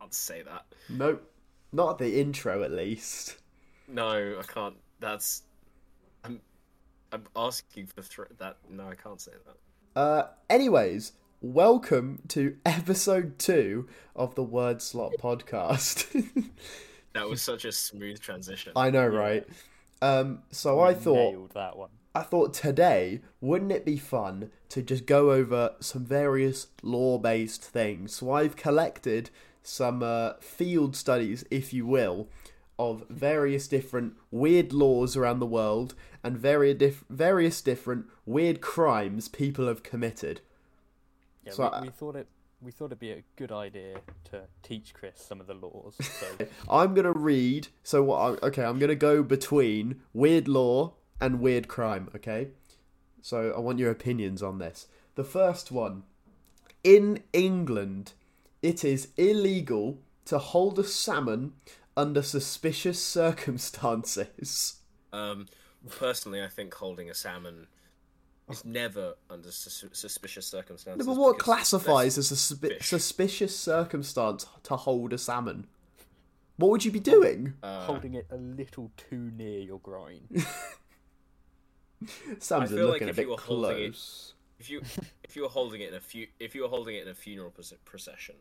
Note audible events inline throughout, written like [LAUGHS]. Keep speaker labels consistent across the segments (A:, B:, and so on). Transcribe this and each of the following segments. A: allowed to say that.
B: No, not at the intro at least.
A: No, I can't. That's. I'm. I'm asking for thr that. No, I can't say that.
B: Uh, anyways, welcome to [LAUGHS] episode two of the Word Slot podcast. [LAUGHS]
A: That was such a smooth transition.
B: I know, right? Um, so I thought
C: Nailed that one.
B: I thought today, wouldn't it be fun to just go over some various law based things? So I've collected some uh, field studies, if you will, of various different weird laws around the world and very diff- various different weird crimes people have committed.
C: Yeah,
B: So
C: we,
B: I-
C: we thought it. We thought it'd be a good idea to teach Chris some of the laws. So
A: [LAUGHS]
B: I'm gonna read. So what? I, okay, I'm gonna go between weird law and weird crime. Okay, so I want your opinions on this. The first one, in England, it is illegal to hold a salmon under
A: [LAUGHS]
B: suspicious circumstances.
A: Um, personally, I think holding a salmon is never under sus- suspicious circumstances.
B: But what
A: because
B: classifies as a suspi-
A: fish.
B: suspicious circumstance to hold a salmon? What would you be doing?
A: Uh,
C: holding it a little too near your groin.
A: [LAUGHS]
B: Sam's
A: feel like
B: looking
A: if
B: a
A: you
B: bit
A: were holding it-
B: close.
A: If you if you were holding it in a few if you were holding it in a funeral proce- procession,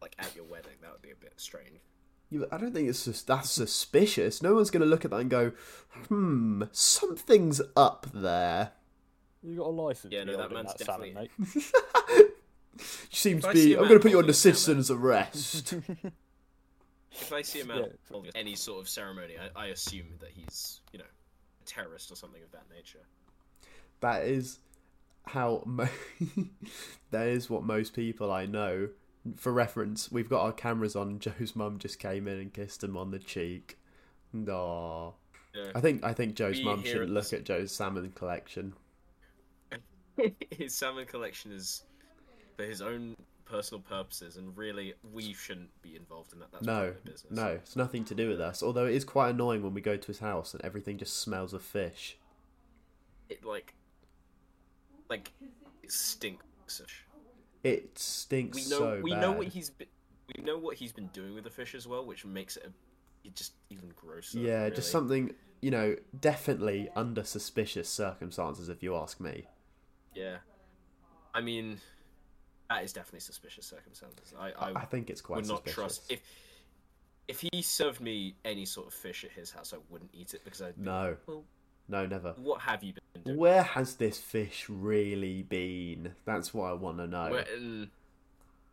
A: like at your wedding, that would be a bit strange.
B: You, I don't think it's sus- that's suspicious. No one's going to look at that and go, "Hmm, something's up there."
C: You got a license.
A: Yeah,
C: to
A: no,
C: be
A: that
C: holding
A: man's
C: that salmon,
A: definitely-
C: mate.
B: You seem
A: If I
B: to
A: see
B: be.
A: a
B: I'm
A: man
B: going to put you
A: holding
B: under
A: a salmon- [LAUGHS]
B: citizen's arrest.
A: If I see a man
C: Yeah.
A: holding any sort of ceremony, I, I assume that he's you know a terrorist or something of that nature.
B: that is how. Mo- [LAUGHS] that is what most people I know. For reference, we've got our cameras on. Joe's mum just came in and kissed him on the cheek. Aww.
A: Yeah.
B: I think I think Joe's
A: We
B: mum
A: here
B: should
A: at
B: look
A: this-
B: at Joe's salmon collection. [LAUGHS]
A: his salmon collection is for his own personal purposes, and really, we shouldn't be involved in that. That's
B: No,
A: private business.
B: no, it's nothing to do with us. Although it is quite annoying when we go to his house and everything just smells of fish.
A: it like like it stinks. of sh-
B: It stinks
A: We know
B: so
A: we
B: bad.
A: know what he's been we know what he's been doing with the fish as well, which makes it, a, it just even grosser.
B: yeah,
A: really.
B: just something you know, definitely under suspicious circumstances, if you ask me.
A: Yeah, I mean, that is definitely suspicious circumstances. I I,
B: I, I think it's quite
A: would not
B: suspicious.
A: trust if if he served me any sort of fish at his house, I wouldn't eat it because I
B: No,
A: Well-
B: no, never.
A: what have you been doing?
B: Where has this fish really been? That's what I want to know.
A: Where- mm,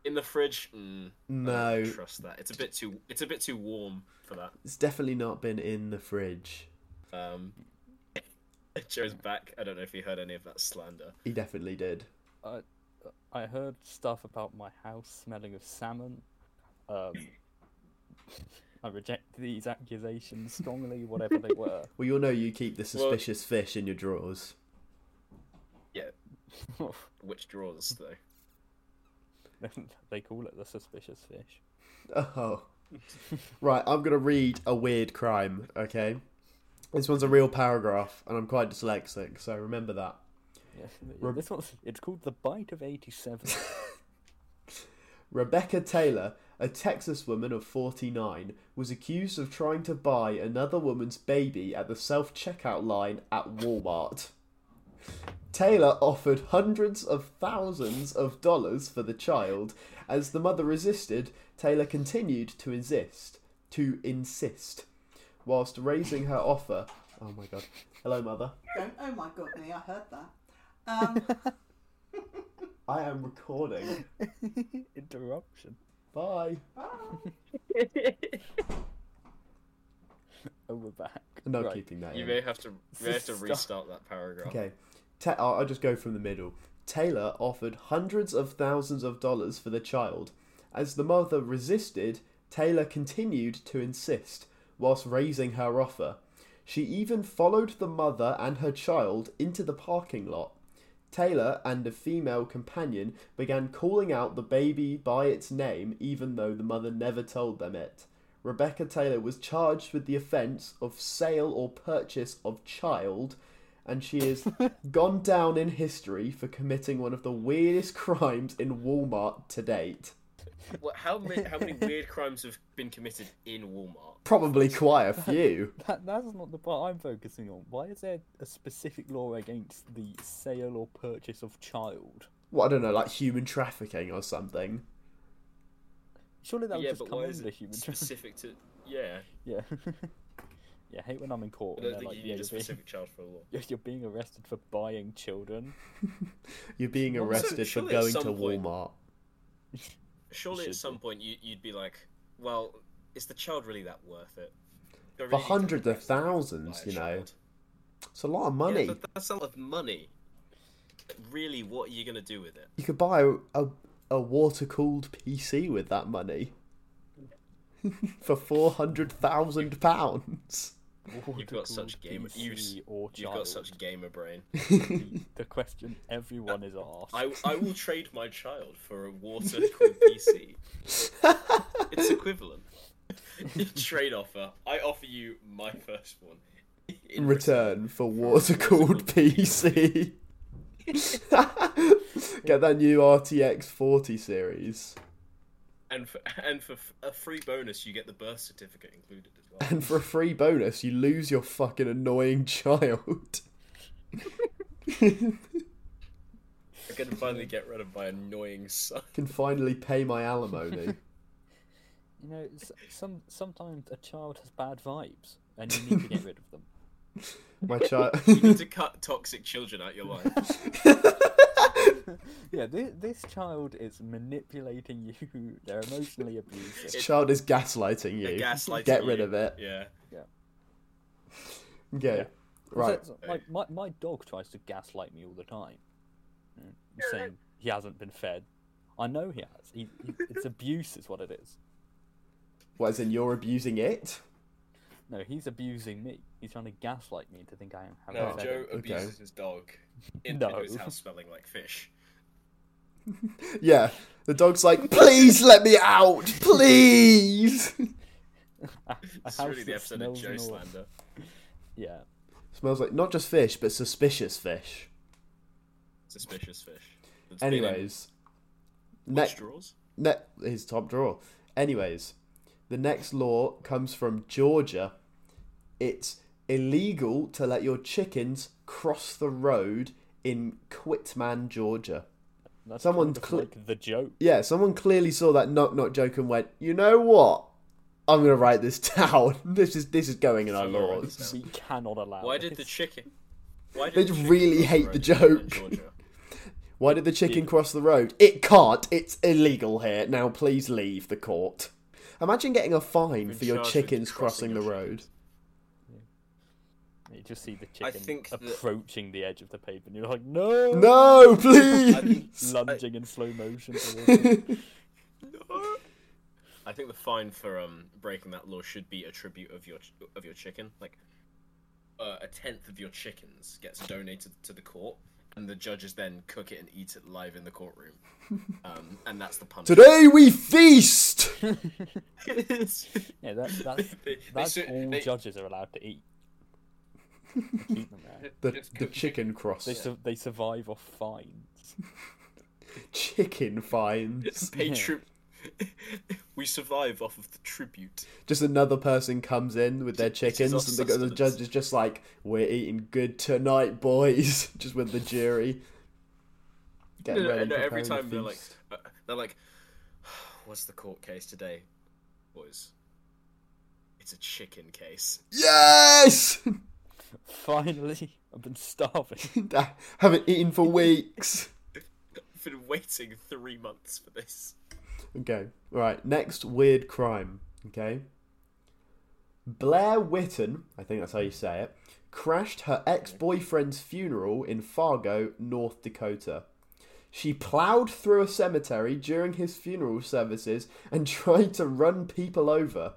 A: in the fridge, mm, I
B: No,
A: don't trust that. It's a bit too. It's a bit too warm for that.
B: it's definitely not been in the fridge.
A: Um, [LAUGHS] Joe's back. I don't know if you heard any of that slander.
B: He definitely did.
C: I, [LAUGHS] I heard stuff about my house smelling of salmon.
A: [LAUGHS]
C: Um, I reject these accusations strongly, whatever they
A: [LAUGHS]
C: were. [LAUGHS]
B: Well, you'll know you keep the
A: Well-
B: suspicious fish in your drawers.
A: Yeah, which drawers though?
C: they call it the suspicious fish.
B: Oh. right, I'm going to read a weird crime, okay? This one's a real paragraph, and I'm quite dyslexic, so remember that.
C: Yeah,
B: Reb-
C: this one's, it's called the bite of '87.
B: Rebecca Taylor, a Texas woman of 49, was accused of trying to buy another woman's baby at the self checkout line at Walmart. Taylor offered hundreds of thousands of dollars for the child. As the mother resisted, Taylor continued to insist, to insist, whilst raising her offer. Oh my god. Hello, mother.
D: Don't, oh my god, me, I heard that. Um,
B: I am recording.
C: [LAUGHS] Interruption.
B: Bye.
D: bye.
C: Oh, we're back.
B: I'm not
C: Right.
B: keeping that
A: You
B: in.
A: may have to. You may have to [LAUGHS]
C: Stop.
A: restart that paragraph.
B: Okay, Ta- I'll I'll just go from the middle. Taylor offered hundreds of thousands of dollars for the child. As the mother resisted, Taylor continued to insist, whilst raising her offer. She even followed the mother and her child into the parking lot. Taylor and a female companion began calling out the baby by its name, even though the mother never told them it. Rebecca Taylor was charged with the offence of sale or purchase of child, and she is [LAUGHS] gone down in history for committing one of the weirdest crimes in Walmart to date.
A: What, how many how [LAUGHS] many weird crimes have been committed in Walmart?
B: Probably quite
A: [LAUGHS]
B: a few.
C: That, that's not the part I'm focusing on. Why is there a specific law against the sale or purchase of child?
B: Well, I don't know, like human trafficking or something.
C: Surely that would
A: yeah,
C: just
A: but
C: come
A: why is
C: under
A: it
C: human trafficking.
A: specific to? Yeah,
C: Yeah. [LAUGHS] yeah, I hate when I'm in court
A: I
C: and
A: don't
C: they're
A: think
C: like,
A: you
C: yeah,
A: need
C: you're
A: a
C: being,
A: specific child for a law.
C: [LAUGHS] you're being arrested for buying
A: [LAUGHS]
C: children.
B: You're being
C: Also,
B: arrested for
A: surely at
B: going to
A: some point-
B: Walmart.
A: Surely
C: should
A: at some point you, you'd be like, well, is the child really that worth it? Do I
B: For
A: really need to
B: hundreds of
A: invest in
B: thousands,
A: buy a
B: you know.
A: child?
B: It's a lot of
A: Yeah,
B: money.
A: but that's a lot of money. But Really, what are you gonna do with it?
B: You could buy a, a, a water cooled PC with that money [LAUGHS] for four hundred thousand pounds. [LAUGHS]
A: You've got such game. You, s-
C: PC or
A: you've
C: child.
A: got such gamer brain.
C: the, the question everyone is
B: [LAUGHS]
C: asked.
A: I, I will trade my child for a water cooled PC. It's equivalent. [LAUGHS] Trade offer. I offer you my firstborn. In
B: Return for water cooled PC. [LAUGHS] Get that new RTX forty series,
A: And for, and for f- a free bonus, you get the birth certificate included as well.
B: [LAUGHS] and for a free bonus, you lose your fucking annoying child. [LAUGHS]
A: I can finally get rid of my annoying
B: [LAUGHS]
A: son.
B: Can finally pay my alimony.
C: You know, s- some sometimes a child has bad vibes, and you need to get rid of them.
A: [LAUGHS]
B: My child.
A: You need to cut toxic children out your life.
C: [LAUGHS]
B: [LAUGHS]
C: Yeah, this, this child is manipulating you. [LAUGHS] They're emotionally abusive.
B: This [LAUGHS] child is gaslighting
A: They're
B: you.
A: gaslighting
B: Get rid
A: you.
B: of it.
A: Yeah.
B: Okay. Right.
C: So- so, like, my, my dog tries to gaslight me all the time, you know, saying he hasn't been fed. I know he has. He, he,
A: [LAUGHS]
C: it's abuse, is what it is.
B: What, as in you're abusing it?
C: No, he's abusing me. He's trying to gaslight me to think I am having
A: No,
B: Oh,
C: fed.
A: Joe
C: him.
B: okay.
A: abuses his dog into
C: No.
A: his house smelling like fish.
B: Yeah. The dog's like, please let me out, please.
C: [LAUGHS]
B: [LAUGHS]
C: A- a
A: It's
C: house
A: really the
C: that
A: episode of
C: smells
A: Joe
C: and all-
A: Slander.
C: Yeah.
B: Smells like not just fish, but suspicious fish.
A: Suspicious fish. That's been in
B: Anyways,
A: which
B: next
A: drawers?
B: ne- his top drawer. Anyways, the next law comes from Georgia. It's illegal to let your chickens cross the road in Quitman, Georgia.
C: That's
B: Someone
C: kind of
B: cli-
C: like the joke.
B: Yeah, someone clearly saw that knock knock joke and went, you know what? I'm gonna write this [LAUGHS] down. This is this is going in our
A: I'm gonna write
B: laws.
A: this
C: We cannot allow.
A: Why did the
C: this.
A: chicken? Why
B: They
A: did the
B: just
A: chicken
B: really
A: cross
B: hate
A: road
B: the
A: to live in
B: joke.
A: Georgia?
B: Why did the chicken cross the road? It can't. It's illegal here. Now please leave the court. Imagine getting a fine
A: Been
B: for your
A: charged with
B: chickens crossing,
A: crossing
B: the
A: your
B: road.
C: You just see the chicken
A: think that-
C: approaching the edge of the pavement. You're like, no,
B: No, please. [LAUGHS]
C: lunging in slow
A: [LAUGHS]
C: motion. towards it.
A: I think the fine for um breaking that law should be a tribute of your ch- of your chicken. Like uh, a tenth of your chickens gets donated to the court, and the judges then cook it and eat it live in the courtroom.
B: [LAUGHS]
A: Um, and that's the punishment.
B: Today
A: [LAUGHS]
B: we feast.
C: yeah, that, that's
A: They- they
C: that's
A: should-
C: all
A: they-
C: judges are allowed
A: [LAUGHS]
C: to eat. They keep them there.
B: The,
A: Just
B: the
A: cook
B: chicken cross.
C: They su- they survive off fines. [LAUGHS]
B: Chicken fines.
A: Pay tribute. [LAUGHS] we survive off of the tribute.
B: Just another person comes in with their
A: is
B: chickens,
A: our
B: and the, the
A: sustenance.
B: judge is just like, "We're eating good tonight, boys." [LAUGHS] Just with the jury. Getting
A: No, no,
B: ready,
A: no, every
B: preparing
A: time
B: the
A: they're like,
B: feast.
A: uh, they're like, [SIGHS] "What's the court case today, boys?" It's a chicken case. [LAUGHS]
B: "Yes,
C: Finally, I've been
A: [LAUGHS]
C: starving.
B: [LAUGHS] I haven't eaten for weeks."
A: I've been waiting three months for this.
B: Okay. All right. Next weird crime. Okay. Blair Whitten, I think that's how you say it, crashed her ex boyfriend's funeral in Fargo, North Dakota. She plowed through a cemetery during his funeral services and [LAUGHS] tried to run people over.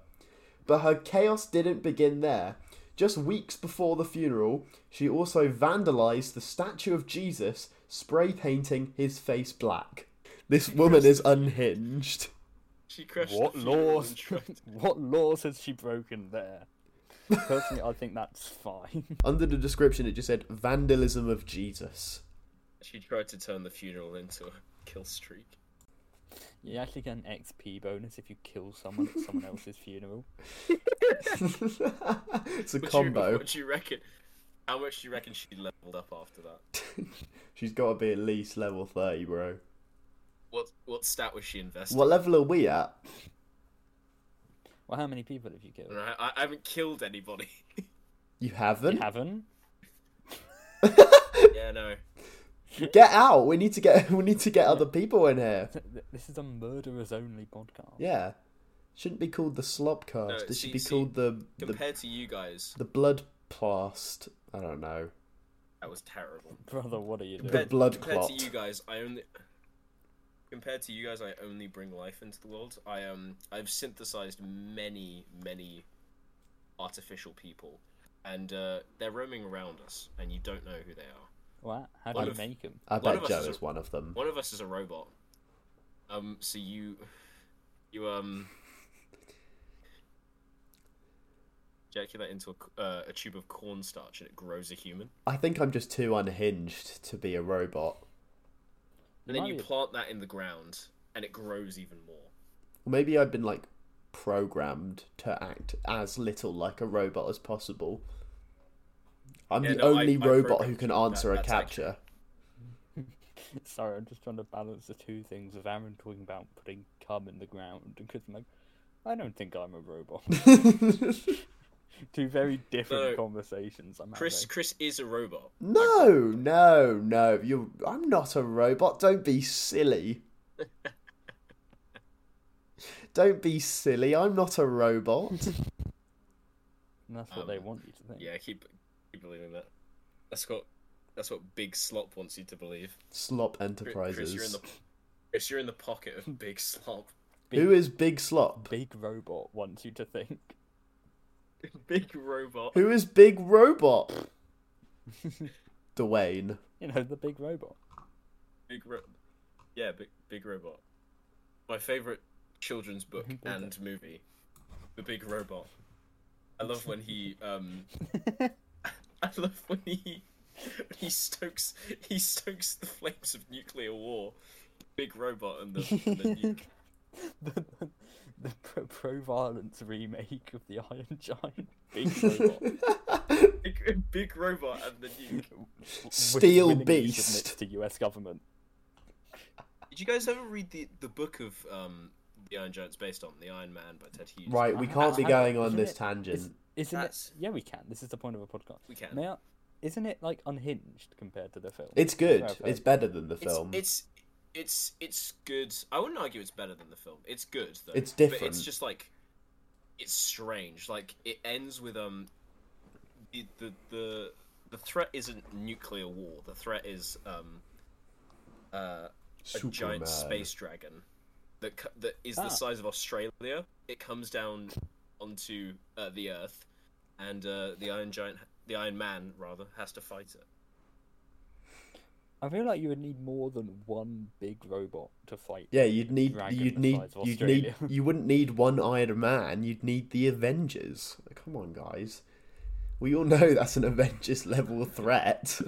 B: But her chaos didn't begin there. Just weeks before the funeral, she also vandalized the statue of Jesus, spray painting his face black. This woman is unhinged.
A: She crashed.
C: what
A: the funeral
C: laws?
A: and tried-
C: [LAUGHS] what laws has she broken there? Personally, I think that's fine. [LAUGHS]
B: Under the description, it just said vandalism of Jesus. [LAUGHS]
A: She tried to turn the funeral into a kill streak.
C: You actually get an XP bonus if you kill someone at
A: [LAUGHS]
C: someone else's funeral.
B: it's a
A: What do you-
B: [LAUGHS] combo.
A: what do you reckon? How much do you reckon she leveled up after that?
B: She's got to be at least level 30, bro.
A: What what stat was she investing?
B: What level are we at?
C: Well, how many people have you killed?
A: Right, I, I haven't killed
B: [LAUGHS]
A: anybody.
B: You
C: You
B: haven't?
C: haven't.
A: yeah, no.
B: Get out. We need to get [LAUGHS] we need to get other people in here.
C: Th- th- This is a murderers only podcast.
B: Yeah. Shouldn't be called the slopcast.
A: No,
B: it
A: see-
B: should be
A: see,
B: called the the,
A: Compared to you guys,
B: the blood plast. I don't know.
A: that was terrible.
C: Brother, what are you doing?
B: The
A: Compared-
B: blood
A: compared
B: clot.
A: to you guys, I only compared to you guys, I only bring life into the world. I um, I've synthesized many, many artificial people, and uh, they're roaming around us, and you don't know who they are.
C: What? How do
A: One
C: you
A: of-
C: make them?
B: I
A: One
B: bet
A: of us
B: Joe
A: is a-
B: is one of them.
A: One of us is a robot. Um, so you, you um, ejaculate into a, c- uh, a tube of cornstarch and it grows a human.
B: I think I'm just too unhinged to be a robot.
A: And then
C: might
A: you
C: be-
A: plant that in the ground and it grows even more.
B: Or maybe I've been like programmed to act as little like a robot as possible. I'm
A: Yeah,
B: the
A: no, I-
B: only
A: I
B: robot
A: programmed
B: who can
A: you. That-
B: answer a
A: that's accurate.
B: capture.
C: [LAUGHS] Sorry, I'm just trying to balance the two things of Aaron talking about putting cum in the ground and Chris being like, I don't think I'm a robot.
A: [LAUGHS]
C: two very different
A: No.
C: conversations. I'm
A: Chris,
C: having.
A: Chris is a robot.
B: [LAUGHS] No, no, no. You I'm not a robot. Don't
A: [LAUGHS]
B: be silly. Don't be silly. I'm not
A: [LAUGHS]
B: a robot.
C: And that's what they
A: Um,
C: want you to think.
A: Yeah, keep keep believing that. That's what that's what Big Slop wants you to believe.
B: Slop
A: Chris,
B: Enterprises.
A: Chris, you're in the Chris, you're in the pocket of Big Slop. [LAUGHS]
B: Who is Big Slop?
C: Big robot wants you to think. [LAUGHS]
A: Big robot.
B: Who is Big Robot?
A: [LAUGHS]
B: Dwayne.
C: You know, the big robot.
A: Big ro- Yeah, big big robot. My favorite children's book
C: Big
A: and movie, The Big Robot. I love when he um I love when he when he stokes he stokes the flames of nuclear war. Big robot [LAUGHS] and the, and the
C: [LAUGHS]
A: nuke.
C: the, the, the pro, pro violence remake of the Iron Giant. Big
A: [LAUGHS]
C: robot.
A: Big, [LAUGHS] big robot and the nuke.
B: Steel
C: willingly
B: Beast.
C: submits to U.S. government.
A: Did you guys ever read the, the book of um the Iron Giant's based on The Iron Man by Ted Hughes?
B: Right, we can't be
C: I- I-
B: going on
C: isn't
B: this
C: it- Is,
B: tangent.
C: isn't it?
A: That's-
C: Yeah, we can. This is the point of a podcast.
A: We can.
C: Now, isn't it like unhinged compared to the film?
B: It's good.
C: That's what I've
B: It's
C: heard.
B: better than the
A: It's
B: film.
A: it's it's it's good. I wouldn't argue it's better than the film. It's good though.
B: It's
A: But
B: different.
A: it's just like it's strange. Like it ends with um the the the, the threat isn't nuclear war. The threat is um uh a giant space dragon that co- that is
C: Ah.
A: the size of Australia. It comes down onto uh, the Earth, and uh, the Iron Giant, the Iron Man rather, has to fight it.
C: I feel like you would need more than one big robot to fight.
B: Yeah, you'd need
C: Dragon
B: you'd
C: the
B: need
C: size of
B: you'd need
C: Australia.
B: [LAUGHS] you wouldn't need one Iron Man. You'd need the Avengers. Come on, guys. We all know that's an Avengers level threat.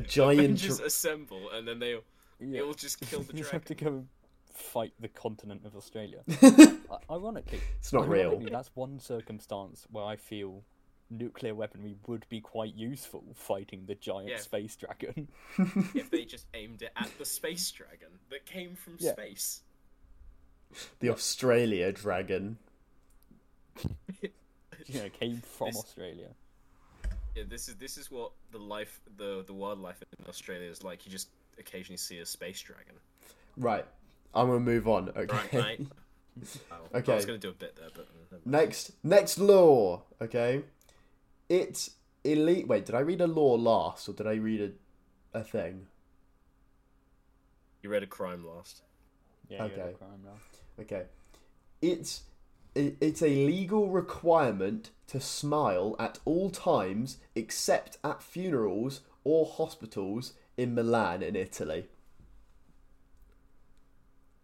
A: [LAUGHS]
B: giant.
A: Avengers
B: dra-
A: assemble, and then they they all just kill the
C: [LAUGHS] you just have to
A: dragon.
C: go and fight the continent
B: [LAUGHS]
C: of Australia. I- ironically,
B: It's not real.
C: ironically, That's one circumstance where I feel nuclear weaponry would be quite useful fighting the giant
A: Yeah.
C: space dragon. [LAUGHS]
A: if they just aimed it at the space dragon that came from
C: Yeah.
A: space.
B: The Australia Dragon.
C: You
A: [LAUGHS]
C: know, came from
A: This-
C: Australia.
A: Yeah, this is this is what the life, the the wildlife in Australia is like. You just occasionally see a space dragon.
B: Right. I'm gonna move on.
A: Right,
C: [LAUGHS]
B: Okay.
A: mate. Oh, I
B: Okay.
A: was gonna do a bit there, but uh, never mind.
B: [LAUGHS] Next, next law. Okay, it's elite. Wait, did I read a law last, or did I read a, a thing?
A: you read a crime last.
C: Yeah, you had a
B: Okay.
C: crime now.
B: Okay, it's i- it's a legal requirement to smile at all times, except at funerals or hospitals in Milan in Italy.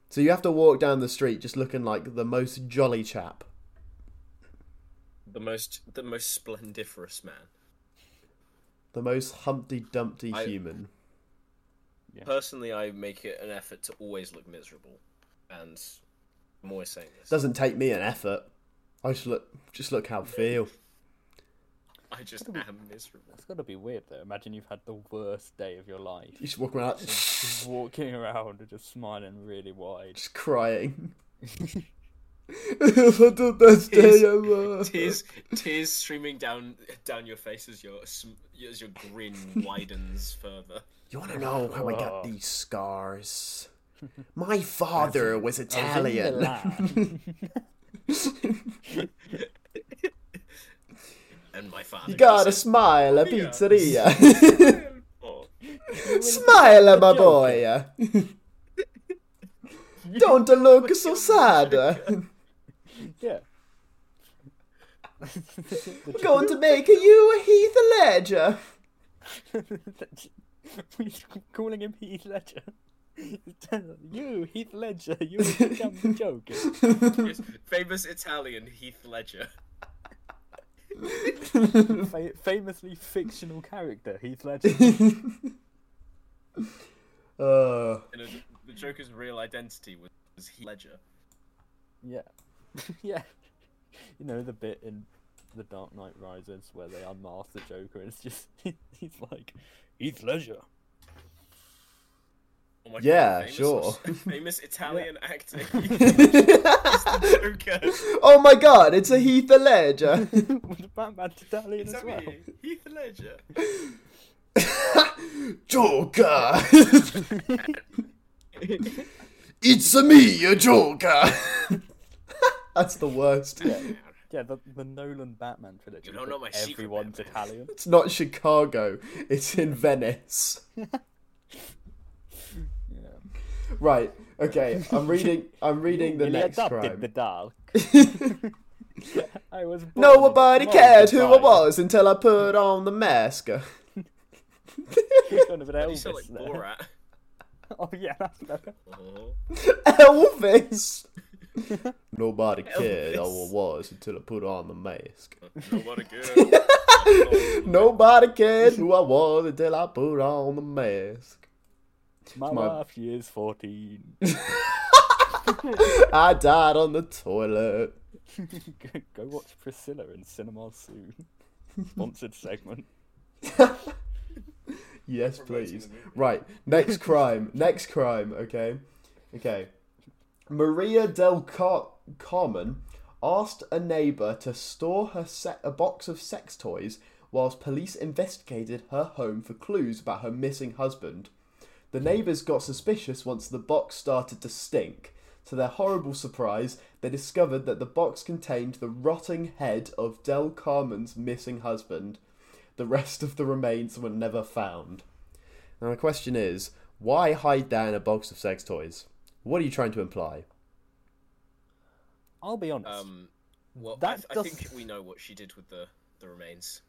B: So you have to walk down the street just looking like the most jolly chap.
A: The most the most splendiferous man.
B: The most Humpty Dumpty
A: I-
B: human.
C: Yeah.
A: Personally, I make it an effort to always look miserable. and I'm always saying this.
B: Doesn't take me an effort. I just look, just look how I feel.
A: I just am miserable.
C: It's got to be weird though. Imagine you've had the worst day of your life,
B: You just walk around, like,
C: Just walking around and just smiling really wide.
B: just crying. [LAUGHS] I did this day, I'm, uh,
A: Tears, tears streaming down down your face as your sm- as your
B: [LAUGHS]
A: grin widens further.
B: You want to know how I got these scars? My father was
C: I was in
B: Italian. [LAUGHS]
C: Milan.
A: And my father.
B: You gotta
A: just
B: smile, a
A: Yeah.
B: [LAUGHS] pizzeria.
A: said, "Oh,
B: smile, my boy. [LAUGHS] Don't look so sad.
C: yeah. [LAUGHS]
B: We're going to make you Heath Ledger. [LAUGHS]
C: [LAUGHS] We're calling him Heath Ledger. [LAUGHS] you, Heath Ledger, you have become the Joker.
A: yes, famous Italian Heath Ledger.
C: Fa- famously fictional character, Heath Ledger.
B: uh, [LAUGHS]
A: You know, the- the Joker's real identity was, was Heath Ledger.
C: Yeah. [LAUGHS] yeah. You know the bit in The Dark Knight Rises where they unmask the Joker and it's just [LAUGHS] he's like Heath Ledger.
A: Oh my
B: Yeah,
A: famous,
B: sure. [LAUGHS]
A: Famous Italian actor. Heath
B: [LAUGHS]
A: Ledger.
B: oh my god, it's a Heath Ledger. [LAUGHS]
C: With the Batman Italian
A: Is
C: as
A: that
C: well.
A: me? Heath Ledger.
B: Joker! [LAUGHS] it's me, Joker! [LAUGHS] That's the worst.
C: Yeah, the, the Nolan Batman trilogy.
A: You don't
C: but
A: know my secret,
C: Everyone's
A: [LAUGHS]
C: Italian.
B: It's not Chicago, it's in Venice.
C: Yeah.
B: Right, okay, I'm reading I'm reading the
C: Really
B: next
C: adopted
B: crime.
C: the dark. [LAUGHS] I was born
B: [LAUGHS] Nobody
C: in
B: cared who I
C: Mumbai.
B: was until I put on the mask.
C: [LAUGHS]
B: [LAUGHS]
C: He's kind of an
A: You
C: Elvis
A: sound like
C: there.
A: Borat.
C: [LAUGHS] Oh yeah, that's
A: [LAUGHS]
C: better.
A: Oh.
B: Elvis! Nobody cared who I
A: Elvis.
B: was until I put on the mask. [LAUGHS]
A: No, Oh, what a girl.
B: Nobody cared who I was until I put on the mask.
C: My,
B: my-
C: wife, she is fourteen. [LAUGHS]
B: I died on the toilet.
C: go, go watch Priscilla in cinemas soon. [LAUGHS] Sponsored segment.
B: Yes,
A: Promoting
B: please.
A: the movie.
B: Right, next crime. next crime, okay? Okay. Maria del Car- Carmen asked a neighbor to store her se- a box of sex toys whilst police investigated her home for clues about her missing husband. The neighbors got suspicious once the box started to stink. To their horrible surprise, they discovered that the box contained the rotting head of Del Carmen's missing husband. The rest of the remains were never found. Now, the question is why hide that in a box of sex toys? What are you trying to imply? [LAUGHS]
C: I'll be honest.
A: Um, well,
C: That
A: I, I
C: doesn't-
A: think we know what she did with the, the remains.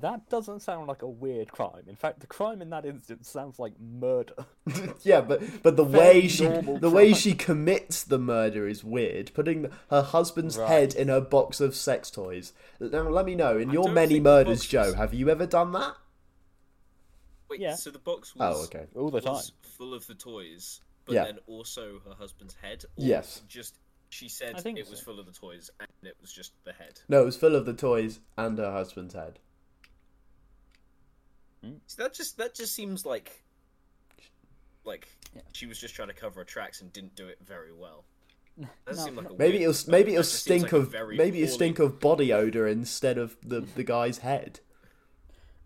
C: that doesn't sound like a weird crime. In fact, the crime in that instance sounds like murder. [LAUGHS]
B: yeah, but but the
C: Very
B: way she
C: normal
B: the way
C: crime.
B: she commits the murder is weird. Putting her husband's
C: Right.
B: head in her box of sex toys. Now, let me know. In your
A: don't
B: many
A: think the
B: murders,
A: box
B: Joe,
A: was-
B: have you ever done that?
A: Wait,
C: Yeah.
A: so the box was
B: Oh, okay.
C: All the time.
A: was full of the toys, but
B: Yeah.
A: then also her husband's head. Or
B: Yes.
A: Just she said
C: I think
A: it was
C: so.
A: full of the toys, and it was just the head.
B: No, it was full of the toys and her husband's head.
A: So that just that just seems like like
C: Yeah.
A: she was just trying to cover her tracks and didn't do it very
B: [LAUGHS]
A: well. That
C: No,
A: seemed like a
B: Maybe
A: weird-
B: it'll maybe
A: that
B: it'll
A: just seems
B: stink
A: like a
B: of
A: very
B: maybe it'll
A: poorly-
B: stink of body odor instead of the the guy's head.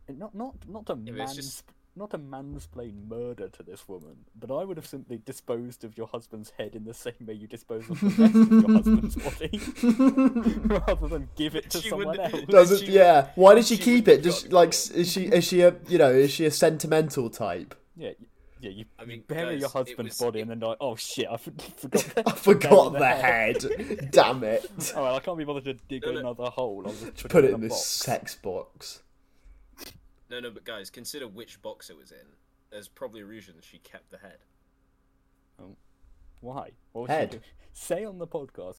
C: Not not not a
A: but it's
C: mans
A: just-
C: not a mansplain murder to this woman, but I would have simply disposed of your husband's head in the same way you dispose of the rest of your
A: [LAUGHS]
C: husband's body, rather than give it to
A: She
C: someone
A: wouldn't- [LAUGHS]
C: else.
B: Doesn't
A: she-
B: yeah? Why did she,
A: she
B: keep
A: would
B: it?
A: be
B: Just
A: gone.
B: like s- is she is she a you know is she a sentimental type? [LAUGHS]
C: Yeah, y- yeah. You,
A: I
C: I
A: mean,
C: bury your
A: guys, it was-
C: husband's body and then like, oh shit, I for- forgot. [LAUGHS]
B: I forgot
C: the
B: the
C: head.
B: head. Damn it!
C: [LAUGHS] oh, well, I can't be bothered to dig
A: No, no.
C: another hole. I'll just put,
B: Put it
C: a
B: in this
C: box.
B: sex box.
A: No, no, but guys, consider which box it was in. There's probably a reason she kept the head.
C: Why? What was she
B: Head.
C: doing? Say on the podcast.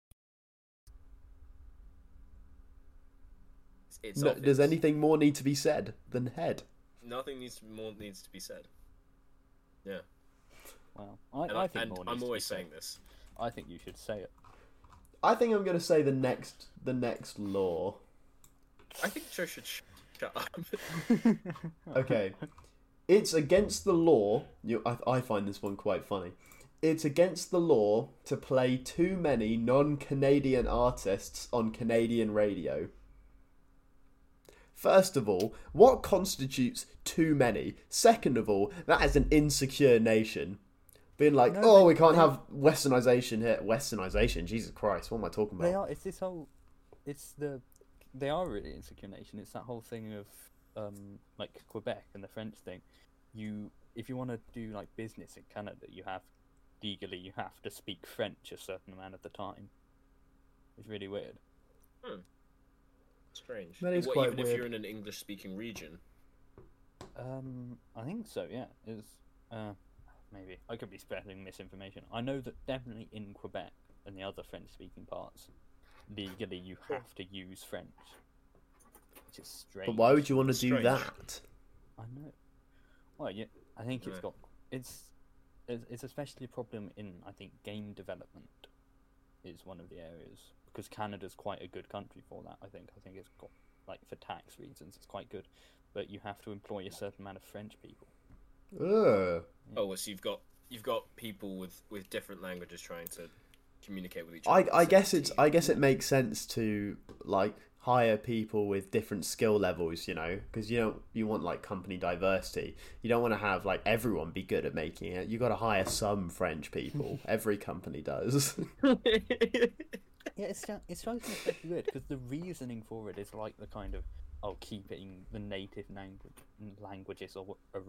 A: It's, it's
B: No,
A: obvious.
B: does anything more need to be said than head?
A: Nothing needs to, more needs to be said. Yeah.
C: Wow. I,
A: And,
C: I
A: I
C: think
A: and
C: more needs
A: I'm
C: to be
A: always
C: said.
A: saying this.
C: I think you should say it.
B: I think I'm gonna say the next the next law.
A: I think Joe should sh- shut up. [LAUGHS]
B: Okay, it's against the law. You, I, I find this one quite funny. It's against the law to play too many non-Canadian artists on Canadian radio. First of all, what constitutes too many? Second of all, that is an insecure nation. Being like,
C: No,
B: oh,
C: they-
B: we can't
C: they-
B: have westernization here. Westernization, Jesus Christ, what am I talking about?
C: They are. It's this whole. It's the. They are really insecure nation. It's that whole thing of um like Quebec and the French thing. You if you want to do like business in Canada, you have legally you have to speak French a certain amount of the time. It's really weird.
A: Strange.
B: That is
A: what,
B: quite
A: even if
B: weird.
A: you're in an English-speaking region.
C: Um, I think so. Yeah, it's uh, maybe I could be spreading misinformation. I know that definitely in Quebec and the other French-speaking parts, legally you have to use French, which is strange.
B: But why would you want to do
A: Strange.
B: that?
C: I know. Well, yeah, I think it's
A: Yeah.
C: got it's it's it's especially a problem in I think game development is one of the areas because Canada's quite a good country for that. I think I think it's got like for tax reasons it's quite good, but you have to employ a certain amount of French people.
B: Ugh.
A: Oh, well, so you've got you've got people with with different languages trying to communicate with each
B: I,
A: other. [LAUGHS]
B: I guess it's I guess it makes sense to like hire people with different skill levels, you know, because you don't you want like company diversity. You don't want to have like everyone be good at making it. You got to hire some French people. Every company does. [LAUGHS]
C: Yeah, it's stri- it strikes me as especially weird because the reasoning for it is like the kind of oh, keeping the native language languages or, wha- or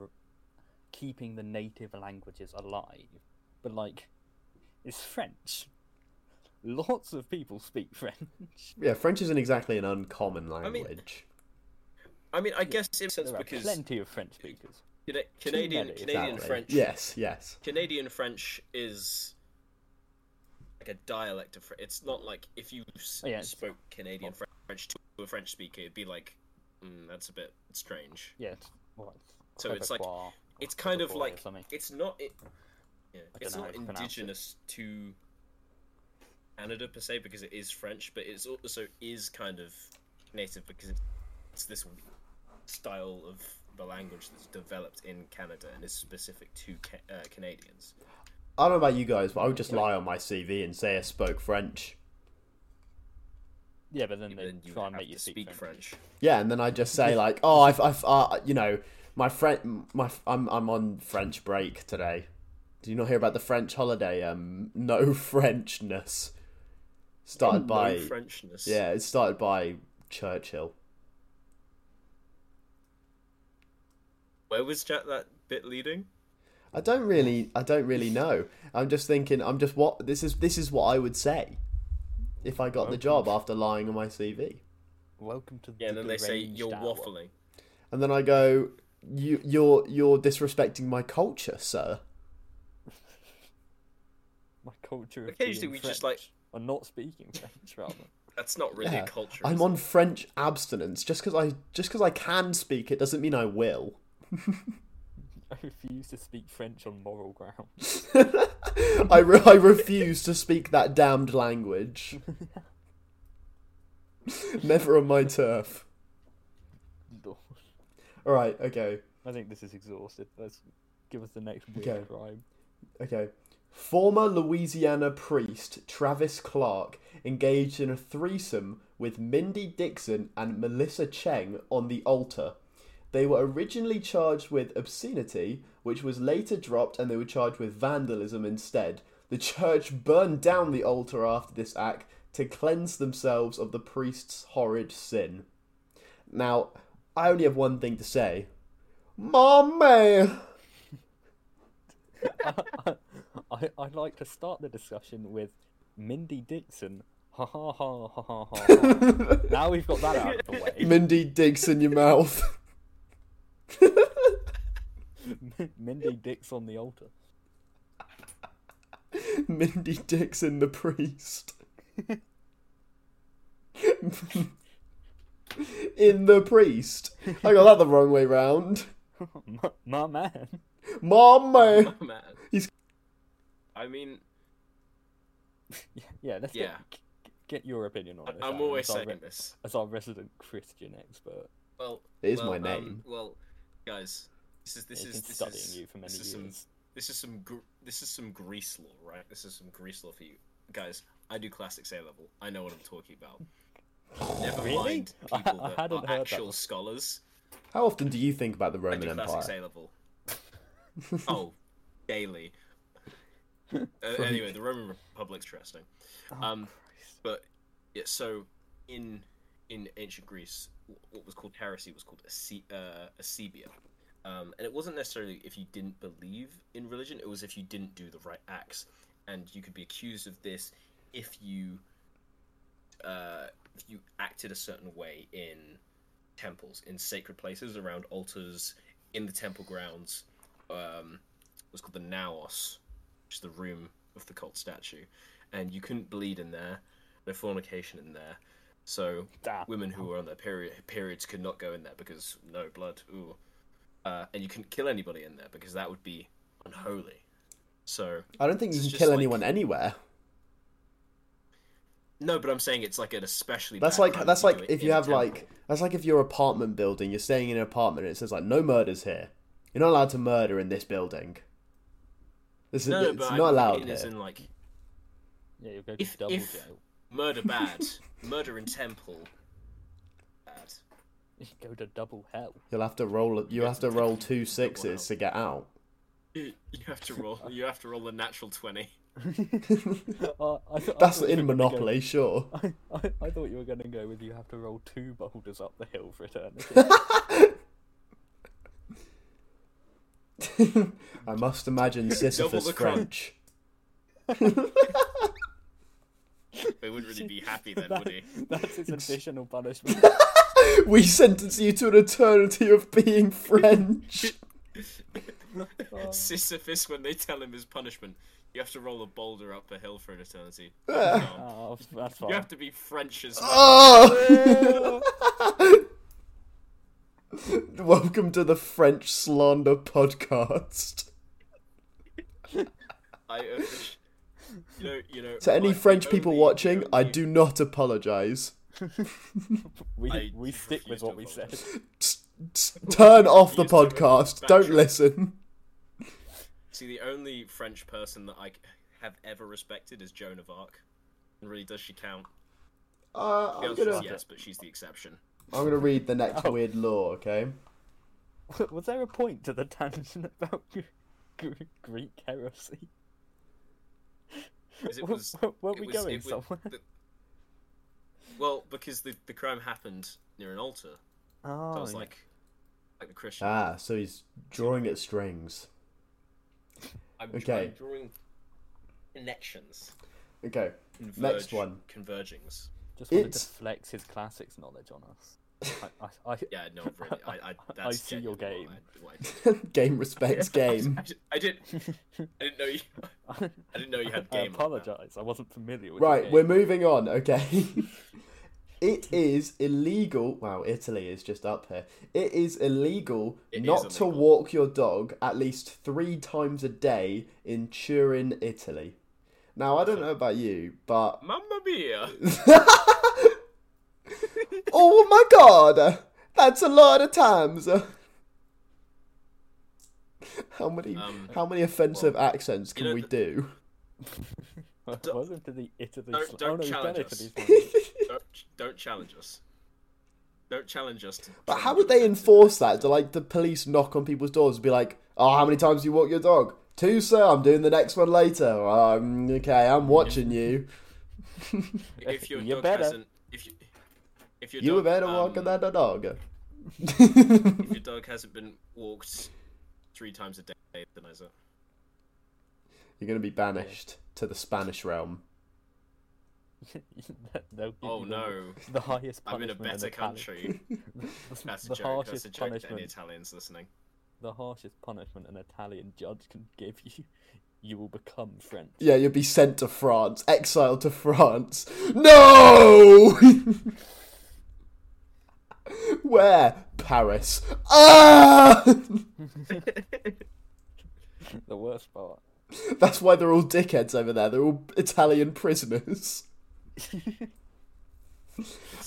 C: keeping the native languages alive, but like it's French. Lots of people speak French.
B: yeah, French isn't exactly an uncommon
A: mean-
B: language.
A: I mean, I guess it makes sense
C: There are
A: because
C: plenty of French speakers.
A: Cana- Canadian
C: many,
A: Canadian
B: Exactly.
A: French
B: Yes, yes.
A: Canadian French is like a dialect of French. It's not like if you s-
C: Oh, yeah, it's-
A: spoke Canadian Fre- French to a French speaker, it'd be like, mm, that's a bit strange.
C: Yeah, it's, well, it's
A: So it's like-
C: Quebecois or
A: It's kind of
C: Quebecois or
A: like
C: something.
A: it's not it. Yeah,
C: I
A: it's
C: dunno
A: not
C: how to pronounce it.
A: indigenous to Canada per se because it is French, but it's also is kind of native because it's- it's this style of the language that's developed in Canada and is specific to ca- uh, Canadians.
B: I don't know about you guys, but I would just lie on my CV and say I spoke French.
C: yeah, but then they
A: Then you
C: try and
A: have
C: make you
A: to
C: speak,
A: speak
C: French.
A: French.
B: Yeah, and then I just say like, oh, I've, I've uh, you know, my friend, my f- I'm I'm on French break today. Do you not hear about the French holiday? Um, no [LAUGHS] Frenchness, started by
A: no Frenchness.
B: yeah, it started by Churchill.
A: Where was Jack that bit leading?
B: I don't really, I don't really know. I'm just thinking, I'm just what this is. This is what I would say if I got the job after lying on my CV.
C: Welcome to
A: Yeah,
C: the
A: and then they say
C: deranged
A: you're
C: hour."
A: waffling.
B: And then I go, you, you're, you're disrespecting my culture, sir.
C: My culture of
A: Occasionally
C: being
A: we just,
C: French,
A: like-
C: or not speaking French rather.
A: That's not really
B: Yeah,
A: a culture. is
B: I'm
A: it?
B: on French abstinence. Just because I just because I can speak it doesn't mean I will.
C: [LAUGHS] I refuse to speak French on moral grounds.
B: I, re- I refuse to speak that damned language. Never on my turf.
C: Lord.
B: All right. Okay.
C: I think this is exhausted. Let's give us the next weird
B: Okay.
C: rhyme. [LAUGHS]
B: Okay. Former Louisiana priest Travis Clark engaged in a threesome with Mindy Dixon and Melissa Cheng on the altar. They were originally charged with obscenity, which was later dropped and they were charged with vandalism instead. The church burned down the altar after this act to cleanse themselves of the priest's horrid sin. Now, I only have one thing to say. Mommy!
C: I, I'd like to start the discussion with Mindy Dixon. Ha ha ha ha ha ha. ha. now we've got that out of the way.
B: Mindy digs in your mouth. [LAUGHS]
C: [LAUGHS] Mindy Dix on the altar.
B: [LAUGHS] Mindy dicks in the priest. [LAUGHS] in the priest. I got that the wrong way round.
C: my, my man.
B: Mommy.
A: Oh,
B: [LAUGHS]
A: [LAUGHS] man.
B: He's
A: I mean,
C: yeah, let's get-
A: Yeah.
C: g- g- Get, your opinion on
A: I-
C: this.
A: I'm
C: Aaron,
A: always
C: as our
A: saying
C: re-
A: this.
C: as our resident Christian expert.
A: Well,
B: It is
A: well,
B: my
A: um,
B: name.
A: well, guys, this is this
C: He's
A: is
C: been
A: this
C: studying
A: is,
C: you for many
A: this
C: years.
A: Is some, this is some gr- this is some Greece law, right? This is some Greece law for you guys. I do classics A level. I know what I'm talking
C: [LAUGHS]
A: about. Never
C: Really?
A: mind
C: [LAUGHS] I-
A: people
C: I
A: that
C: hadn't
A: are
C: heard that
A: actual
C: before.
A: scholars.
B: How often do you think about the
A: I
B: Roman
A: do
B: Empire?
A: classics A level. [LAUGHS] oh,
B: [LAUGHS]
A: daily. Uh,
B: From-
A: anyway, the Roman Republic's interesting.
B: Oh,
A: Um, But yeah, so in in ancient Greece, wh- what was called heresy was called ace- uh, aceibia, um, and it wasn't necessarily if you didn't believe in religion; it was if you didn't do the right acts, and you could be accused of this if you uh, if you acted a certain way in temples, in sacred places, around altars, in the temple grounds. Um, it was called the naos, which is the room of the cult statue, and you couldn't bleed in there. No fornication in there. So
C: Damn.
A: women who were on their period periods could not go in there because no blood. Ooh, uh, and you couldn't kill anybody in there because that would be unholy. So
B: I don't think you
A: It's
B: can
A: just
B: kill
A: like-
B: anyone anywhere.
A: no, but I'm saying it's like an especially.
B: That's
A: bad
B: like
A: crime
B: that's
A: you
B: like
A: do it
B: if
A: in
B: you
A: a
B: have
A: temple.
B: like that's like if your apartment building, you're staying in an apartment and it says like no murders here. You're not allowed to murder in this building. This is
A: no, no,
B: it's
A: but
B: not
A: I'm
B: allowed
A: thinking as
B: here.
A: in like
C: Yeah, you'll go to
A: if-
C: double
A: if-
C: jail. [LAUGHS]
A: murder bad, [LAUGHS] murder in temple bad.
C: You go to double hell.
B: You'll have to roll you have to roll two
A: Double
B: sixes
A: out.
B: to get out.
A: You you have to roll. You have to roll a natural twenty.
C: Uh, I th- I
B: That's
C: thought you
B: in
C: were gonna go-
B: Monopoly,
A: [LAUGHS]
B: sure.
C: I, I, I thought you were going to go with you have to roll two boulders up the hill for
B: [LAUGHS]
C: eternity.
B: I must imagine Sisyphus
A: the
B: French.
A: They wouldn't really be happy then,
C: That-
A: would [LAUGHS] he?
C: That's his additional
B: [LAUGHS]
C: punishment.
B: We sentence you to an eternity of being French.
A: Sisyphus, when they tell him his punishment, you have to roll a boulder up a hill for an eternity. Um,
C: Oh, that's
A: you
C: fine.
A: have to be French as
B: [LAUGHS] Oh! [LAUGHS] Welcome to the French Slander Podcast.
A: I. uh, You know, you know.
B: To any
A: my-
B: French
A: the
B: people
A: only-
B: watching,
A: the
B: I
A: only-
B: do not apologise.
C: We,
A: I
C: we stick
A: refuse
C: with
A: to
C: what we said.
A: apologise. [LAUGHS]
B: Turn off the
A: Used to it.
B: podcast. Don't
A: Backtrack.
B: listen.
A: See, the only French person that I c- have ever respected is Joan of Arc. And really, does she count?
B: Uh,
A: The
B: I'm
A: answer is
B: gonna, Oh.
A: yes, but she's the exception.
B: I'm gonna read the next weird law. Okay.
C: [LAUGHS] Was there a point to the tangent about Gr- Gr- Greek heresy?
A: 'Cause it
C: W-
A: was-
C: w- weren't
A: it
C: we
A: was-
C: going
A: it was-
C: somewhere?
A: the- Well, because the the crime happened near an altar, so
C: [LAUGHS] Oh,
A: it's
C: yeah.
A: like, like the Christian.
B: Ah, so he's drawing at strings.
A: I'm
B: okay.
A: trying- drawing connections.
B: Okay. Next
A: Converge-
B: one. [LAUGHS]
A: Convergings.
C: just wanted
B: it's-
C: to flex his classics knowledge on us. I, I, I,
A: [LAUGHS]
C: [LAUGHS]
A: Yeah, no, really. I, I, that's
C: see your
A: genuinely
C: game.
B: [LAUGHS]
A: What I, what
B: game
A: [LAUGHS]
B: respects
A: I,
B: game.
A: did. I did. I didn't know
C: [LAUGHS]
A: you. I didn't know you had
C: I
A: game. like that.
C: apologize. I wasn't familiar with. the
B: Right,
C: game. [LAUGHS]
B: we're moving
A: [LAUGHS]
B: on, okay? it is illegal. Wow, Italy is just up here. It is illegal
A: It is
B: not to
A: illegal.
B: walk your dog at least three times a day in Turin, Italy. Now, I don't know about you,
A: [LAUGHS]
B: but.
A: Mamma mia!
B: [LAUGHS] Oh my god! That's a lot of times! [LAUGHS] How many,
A: Um,
B: how many offensive accents can
A: know
B: we
A: the-
B: do?
A: Don't-
C: Welcome to the Italy.
A: don't-
C: sl-
A: don't
C: oh, no, we've done
A: challenge
C: Italy's
A: us.
C: one.
A: don't, don't challenge us. Don't challenge us. To
B: But how
A: challenge
B: would they
A: your
B: enforce that? Do like the police knock on people's doors and be like, "Oh, how many times do you walk your dog? Two, sir. I'm doing the next one later. Um, okay, I'm watching you.
A: offensive. If
B: [LAUGHS]
A: your
C: You
A: dog
C: better.
A: hasn't, if you, if your
B: You
A: dog,
B: better
A: um,
B: walk that dog."
A: If your dog hasn't been walked three times a day, then I said,
B: You're gonna be banished to the Spanish realm.
C: They'll give
A: oh
C: you the-
A: no,
C: [LAUGHS] The highest
A: I'm in a
C: punishment the
A: better
C: pali-
B: [LAUGHS]
A: country.
C: [LAUGHS] the-
A: That's a
C: the
A: joke. That's a
C: harshest
A: joke. to Any
C: punishment.
A: Italians listening?
C: The harshest punishment an Italian judge can give you. You will become French.
B: Yeah, you'll be sent to France, exiled to France. No. [LAUGHS] Where? Paris. Ah! [LAUGHS]
C: The worst part [LAUGHS]
B: That's why they're all dickheads over there. They're all Italian prisoners.
A: It's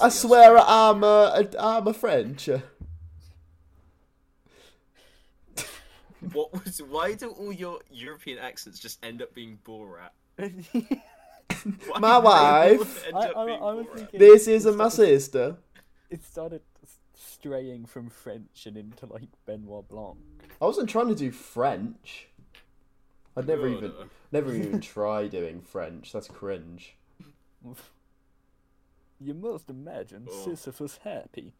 B: I
A: the
B: swear I'm a, I'm a French.
A: Austrian- What was? Why do all your European accents just end up being Borat? [LAUGHS] Why do
B: My
A: they all
B: wife.
A: end
C: I,
A: up
C: I,
A: being
C: I was
A: Borat?
C: thinking
B: This isn't
C: it
B: my
C: started-
B: sister.
C: It started s- straying from French and into like Benoit Blanc. [LAUGHS]
B: I wasn't trying to do French. I'd never
A: Good.
B: even never even [LAUGHS] try doing French. That's cringe.
C: You must imagine
A: Oh.
C: Sisyphus happy.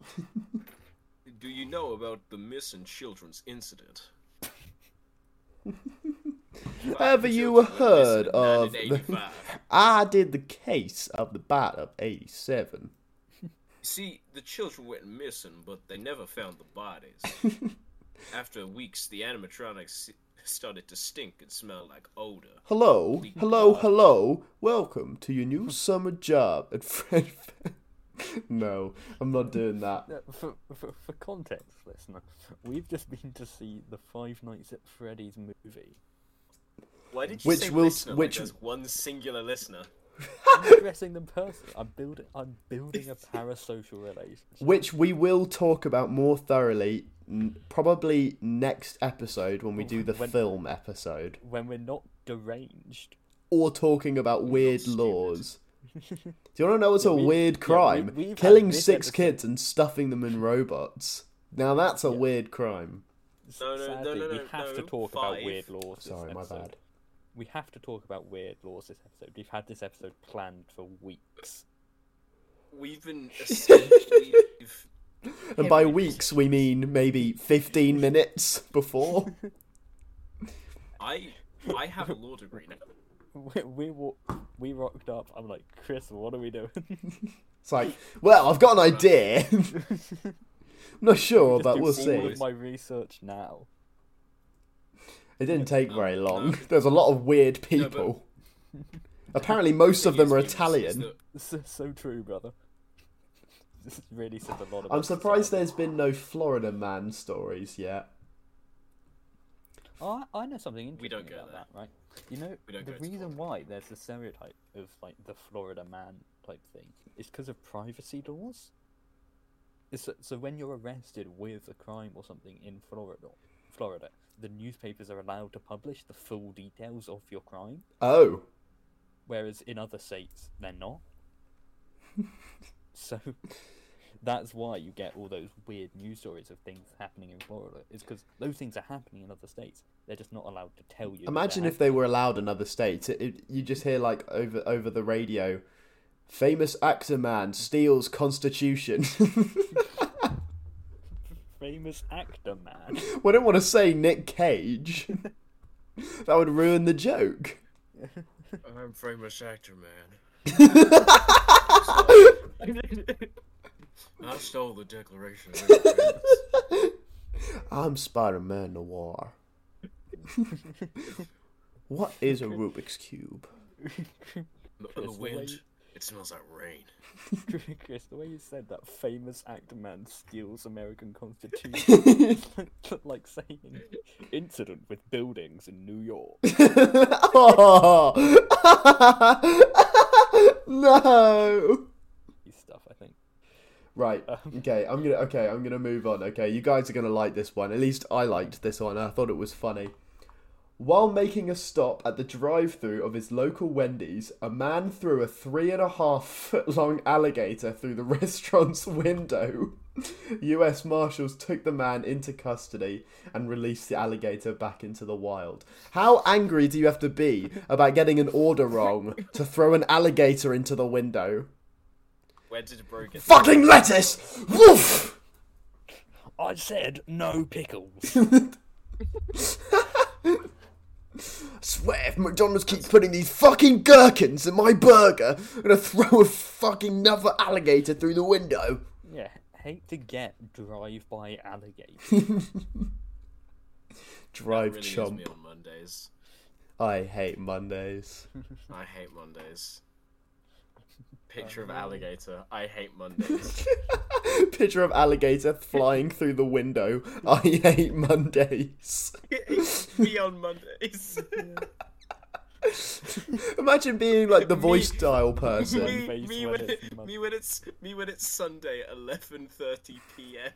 A: Do you know about the missing children's
B: [LAUGHS]
A: incident? Five
B: Have you
A: children were
B: heard
A: missing in
B: of the-
A: 1985.
B: I did the case of the bat of '87.
A: See, the children went missing, but they never found the
B: [LAUGHS]
A: bodies. After weeks, the animatronics s- started to stink and smell like odor.
B: Hello, hello, hello. Welcome to your new summer job at Fred. [LAUGHS] no, I'm not doing that.
C: Uh, For, for, for context, listener, we've just been to see the Five Nights at Freddy's movie.
A: Why did you
B: Which
A: say
B: will-
A: listener
B: which-
A: like there's one singular listener?
C: I'm addressing them personally. I'm building. I'm
B: [LAUGHS]
C: building a parasocial relationship.
B: Which we will talk about more thoroughly, n- probably next episode when we do the
C: When-
B: film episode,
C: When we're not deranged.
B: or talking about weird
A: stupid.
C: [LAUGHS]
B: laws. Do you want to know what's a
C: we-
B: weird
C: yeah, we-
B: crime?
C: we've had
B: Killing
C: this
B: six
C: episode-
B: kids and stuffing them in robots. Now that's a
C: Yeah.
B: weird crime.
C: S-
A: No, no, no,
C: Sadly,
A: no,
C: we
A: no,
C: have to
A: no,
C: talk
A: five.
C: about weird laws. this
B: Sorry, my
C: episode.
B: bad.
C: We have to talk about weird laws this episode. We've had this episode planned for weeks. [LAUGHS]
A: We've
B: [LAUGHS]
A: been essentially. we've-
B: And by weeks we mean maybe
C: [LAUGHS]
B: 15 minutes before.
A: I I have a law degree now.
C: We we, wa- we rocked up. I'm like, Chris, what are we doing? [LAUGHS]
B: It's like, well, I've got an idea. [LAUGHS] I'm not sure,
C: Just
B: but
C: do
B: we'll
C: all
B: see.
C: of my research now. [LAUGHS]
B: It didn't take very
A: no.
B: long. [LAUGHS] There's a lot of weird
A: No, but- [LAUGHS]
B: people. Apparently, most of them are
A: Is- is- is
B: Italian.
A: that-
C: So, so true, brother. [LAUGHS] This really says a lot. About
B: I'm surprised
C: society.
B: there's been no Florida man stories yet.
C: Oh, I I know something interesting
A: We don't go
C: about
A: there.
C: that, right? You know,
A: We don't
C: the
A: go to
C: reason why there's the stereotype of like the Florida man type thing is because of privacy laws. So, so when you're arrested with a crime or something in Florida, Florida, the newspapers are allowed to publish the full details of your crime,
B: Oh,
C: whereas in other states they're not. so that's why you get all those weird news stories of things happening in Florida. Is because those things are happening in other states. They're just not allowed to tell you. that they're
B: imagine if they were allowed another state. It, it, you just hear like over over the radio, famous actor man steals Constitution. [LAUGHS]
C: famous actor man. [LAUGHS]
B: I don't want to say Nick Cage. [LAUGHS] that would ruin the joke.
A: I'm famous actor, man. I stole the Declaration [LAUGHS] of Independence.
B: I'm Spider-Man Noir. [LAUGHS] what is a Rubik's cube?
A: The- The
C: Chris, the way
A: wind.
C: you-
A: It smells like rain.
C: Chris, the way you said that famous actor man steals
B: [LAUGHS]
C: American Constitution, [LAUGHS] like saying incident with buildings in New York.
B: [LAUGHS] oh. no.
C: stuff, I think.
B: Right. Okay, I'm gonna. Okay, I'm gonna move on. Okay, you guys are gonna like this one. At least I liked this one. I thought it was funny. While making a stop at the drive-through of his local Wendy's, a man threw a three and a half foot long alligator through the [LAUGHS] restaurant's window. U.S. Marshals took the man into custody and released the alligator back into the wild. How angry do you have to be about getting an order wrong to throw an alligator into the window?
A: Where did it broke it?
B: Fucking lettuce! Woof!
C: I said no pickles.
B: swear if McDonald's keeps putting these fucking gherkins in my burger, I'm gonna throw a fucking another alligator through the window.
C: yeah, hate to get drive-by [LAUGHS] alligator.
A: That
B: Drive
A: really is
B: chump.
A: me on Mondays.
B: I hate Mondays. [LAUGHS]
A: I hate Mondays. Picture of alligator. I hate Mondays.
B: Picture of alligator flying through the window. I hate Mondays. [LAUGHS]
C: [LAUGHS]
A: [LAUGHS] me on [LAUGHS] Mondays.
B: Imagine being like the
A: [LAUGHS] Me-
B: voice dial person.
C: Me-
A: [LAUGHS] me,
C: Face
A: me,
C: when
A: when
C: it's
A: it,
C: month.
A: me when it's me when it's Sunday at eleven thirty p.m.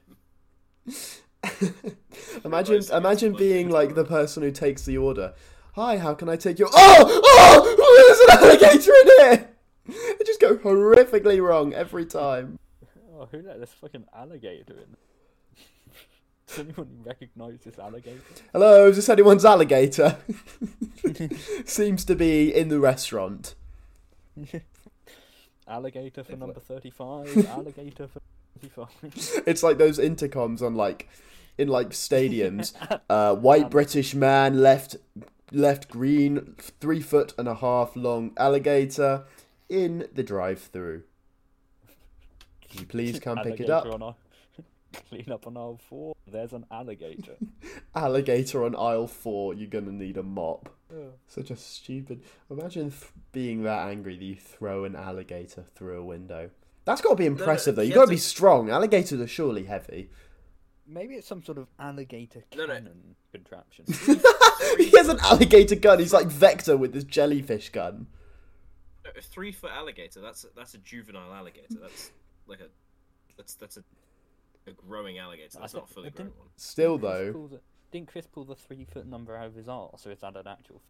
B: imagine
A: Realistically,
B: imagine
A: it's bloody
B: being like the
A: different.
B: person who takes the order. Hi, how can I take your? Oh, oh, there's an alligator in here. It just go horrifically wrong every time.
C: Oh, who let this fucking alligator in? [LAUGHS] Does anyone recognise this alligator?
B: Hello, is this anyone's alligator? [LAUGHS] Seems to be in the restaurant.
C: alligator for
A: They've
C: number [LAUGHS] thirty-five. Alligator for thirty-five.
B: It's like those intercoms on like in like [LAUGHS] stadiums. Uh, white British man left left green three foot and a half long alligator in the drive through. Could you please come pick it
C: Alligator
B: up?
C: On our... [LAUGHS] Clean up on aisle four. There's an alligator.
B: Alligator on aisle four. You're gonna need a mop.
C: Oh.
B: Such a stupid. Imagine th- being that angry that you throw an alligator through a window. That's got to be impressive though. You
A: you
B: got
A: have
B: to be
A: to-
B: strong. Alligators are surely heavy.
C: [LAUGHS] Maybe it's some sort of alligator
A: No, no.
C: cannon
B: [LAUGHS]
C: contraption.
B: he has an alligator gun. He's like Vector with this jellyfish gun.
A: A three foot alligator. That's that's a juvenile alligator. That's like a that's that's a a growing alligator.
C: I
A: That's
C: thought-
A: not a fully
C: I
A: grown
C: didn't-
A: one.
B: Still
C: Chris
B: though,
C: pulled it- Didn't Chris pull the three foot number out of his arse, or is that an actual?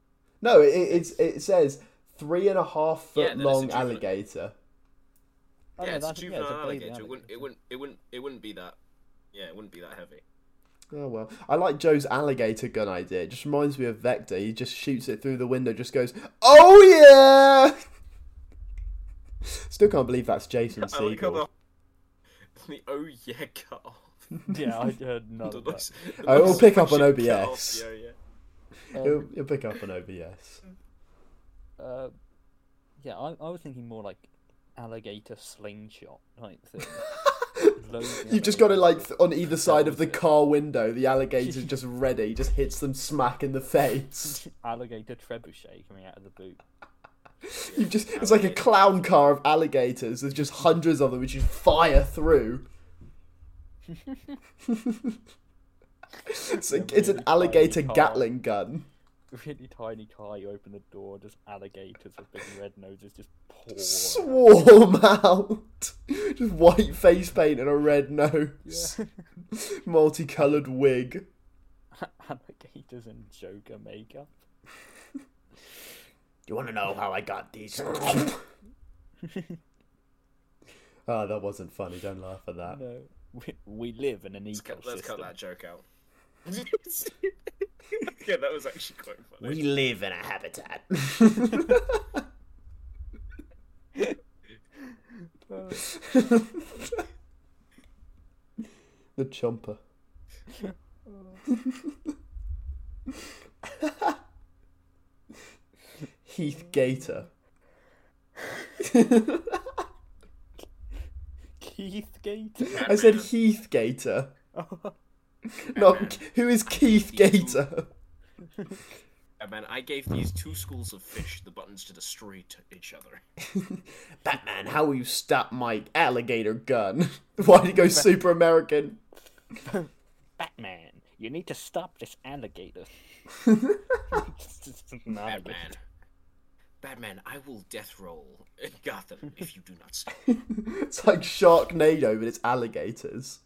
B: no. It, it- it's it says three and a half
A: Yeah,
B: foot
A: then it's a
B: long
A: juvenile.
B: alligator.
C: Oh, no,
A: yeah, it's a
C: that's- yeah,
A: juvenile
C: it's a baby
A: alligator. It wouldn't it wouldn't it wouldn't it wouldn't be that. Yeah, it wouldn't be that heavy. [LAUGHS]
B: Oh well, I like Joe's alligator gun idea. It just reminds me of Vector. He just shoots it through the window. Just goes, oh yeah. [LAUGHS] Still can't believe that's
A: [LAUGHS]
B: Jason
A: I like how
B: Segel.
A: the, the oh yeah cut off.
C: Yeah, I [LAUGHS] heard none
A: The
C: of that.
A: nice- the
B: I will
A: nice
B: pick up on
A: friendship cut off,
B: OBS.
A: Yeah, yeah.
B: You'll,
C: Um,
B: you'll pick up on OBS.
C: uh, yeah, I, I was thinking more like alligator slingshot type
A: [LAUGHS]
C: thing. Loads of
B: You've just got it like
C: alligators.
B: th- on either side of the
C: That was it.
B: car window.
A: [LAUGHS]
B: The alligator's just ready. Just hits them smack in the face.
C: alligator trebuchet coming out of the boot. [LAUGHS]
B: You just it's like a clown car of alligators. There's just hundreds of them which you fire through. it's, a, it's an alligator Gatling gun.
C: Really tiny car. You open the door, just alligators with big red noses just pour. out.
B: Swarm out. Just white face paint and a red nose.
C: Yeah.
B: Multicolored wig.
C: [LAUGHS] alligators in Joker makeup.
B: You want to know how I got these? Ah, that wasn't funny. Don't laugh at that.
C: No, we, we live in an
A: Let's
C: ecosystem.
A: cut, let's cut that joke out. [LAUGHS] yeah, that was actually quite funny.
B: live in a [LAUGHS] habitat. the chomper. [LAUGHS] Heath Gator.
C: Keith Gator. [LAUGHS] Oh,
B: I said Heath Gator. No, who is Keith Gator?
A: Yeah, man, I gave these two schools of fish the buttons to destroy t- each other.
B: Batman, how will you stop my alligator gun? [LAUGHS] Why did he go super American?
C: Batman, you need to stop this
A: [LAUGHS]
C: alligator. [LAUGHS] Just- just an alligator.
A: Batman. Batman, I will death roll in Gotham if you do not stop.
B: It's like Sharknado, but it's alligators.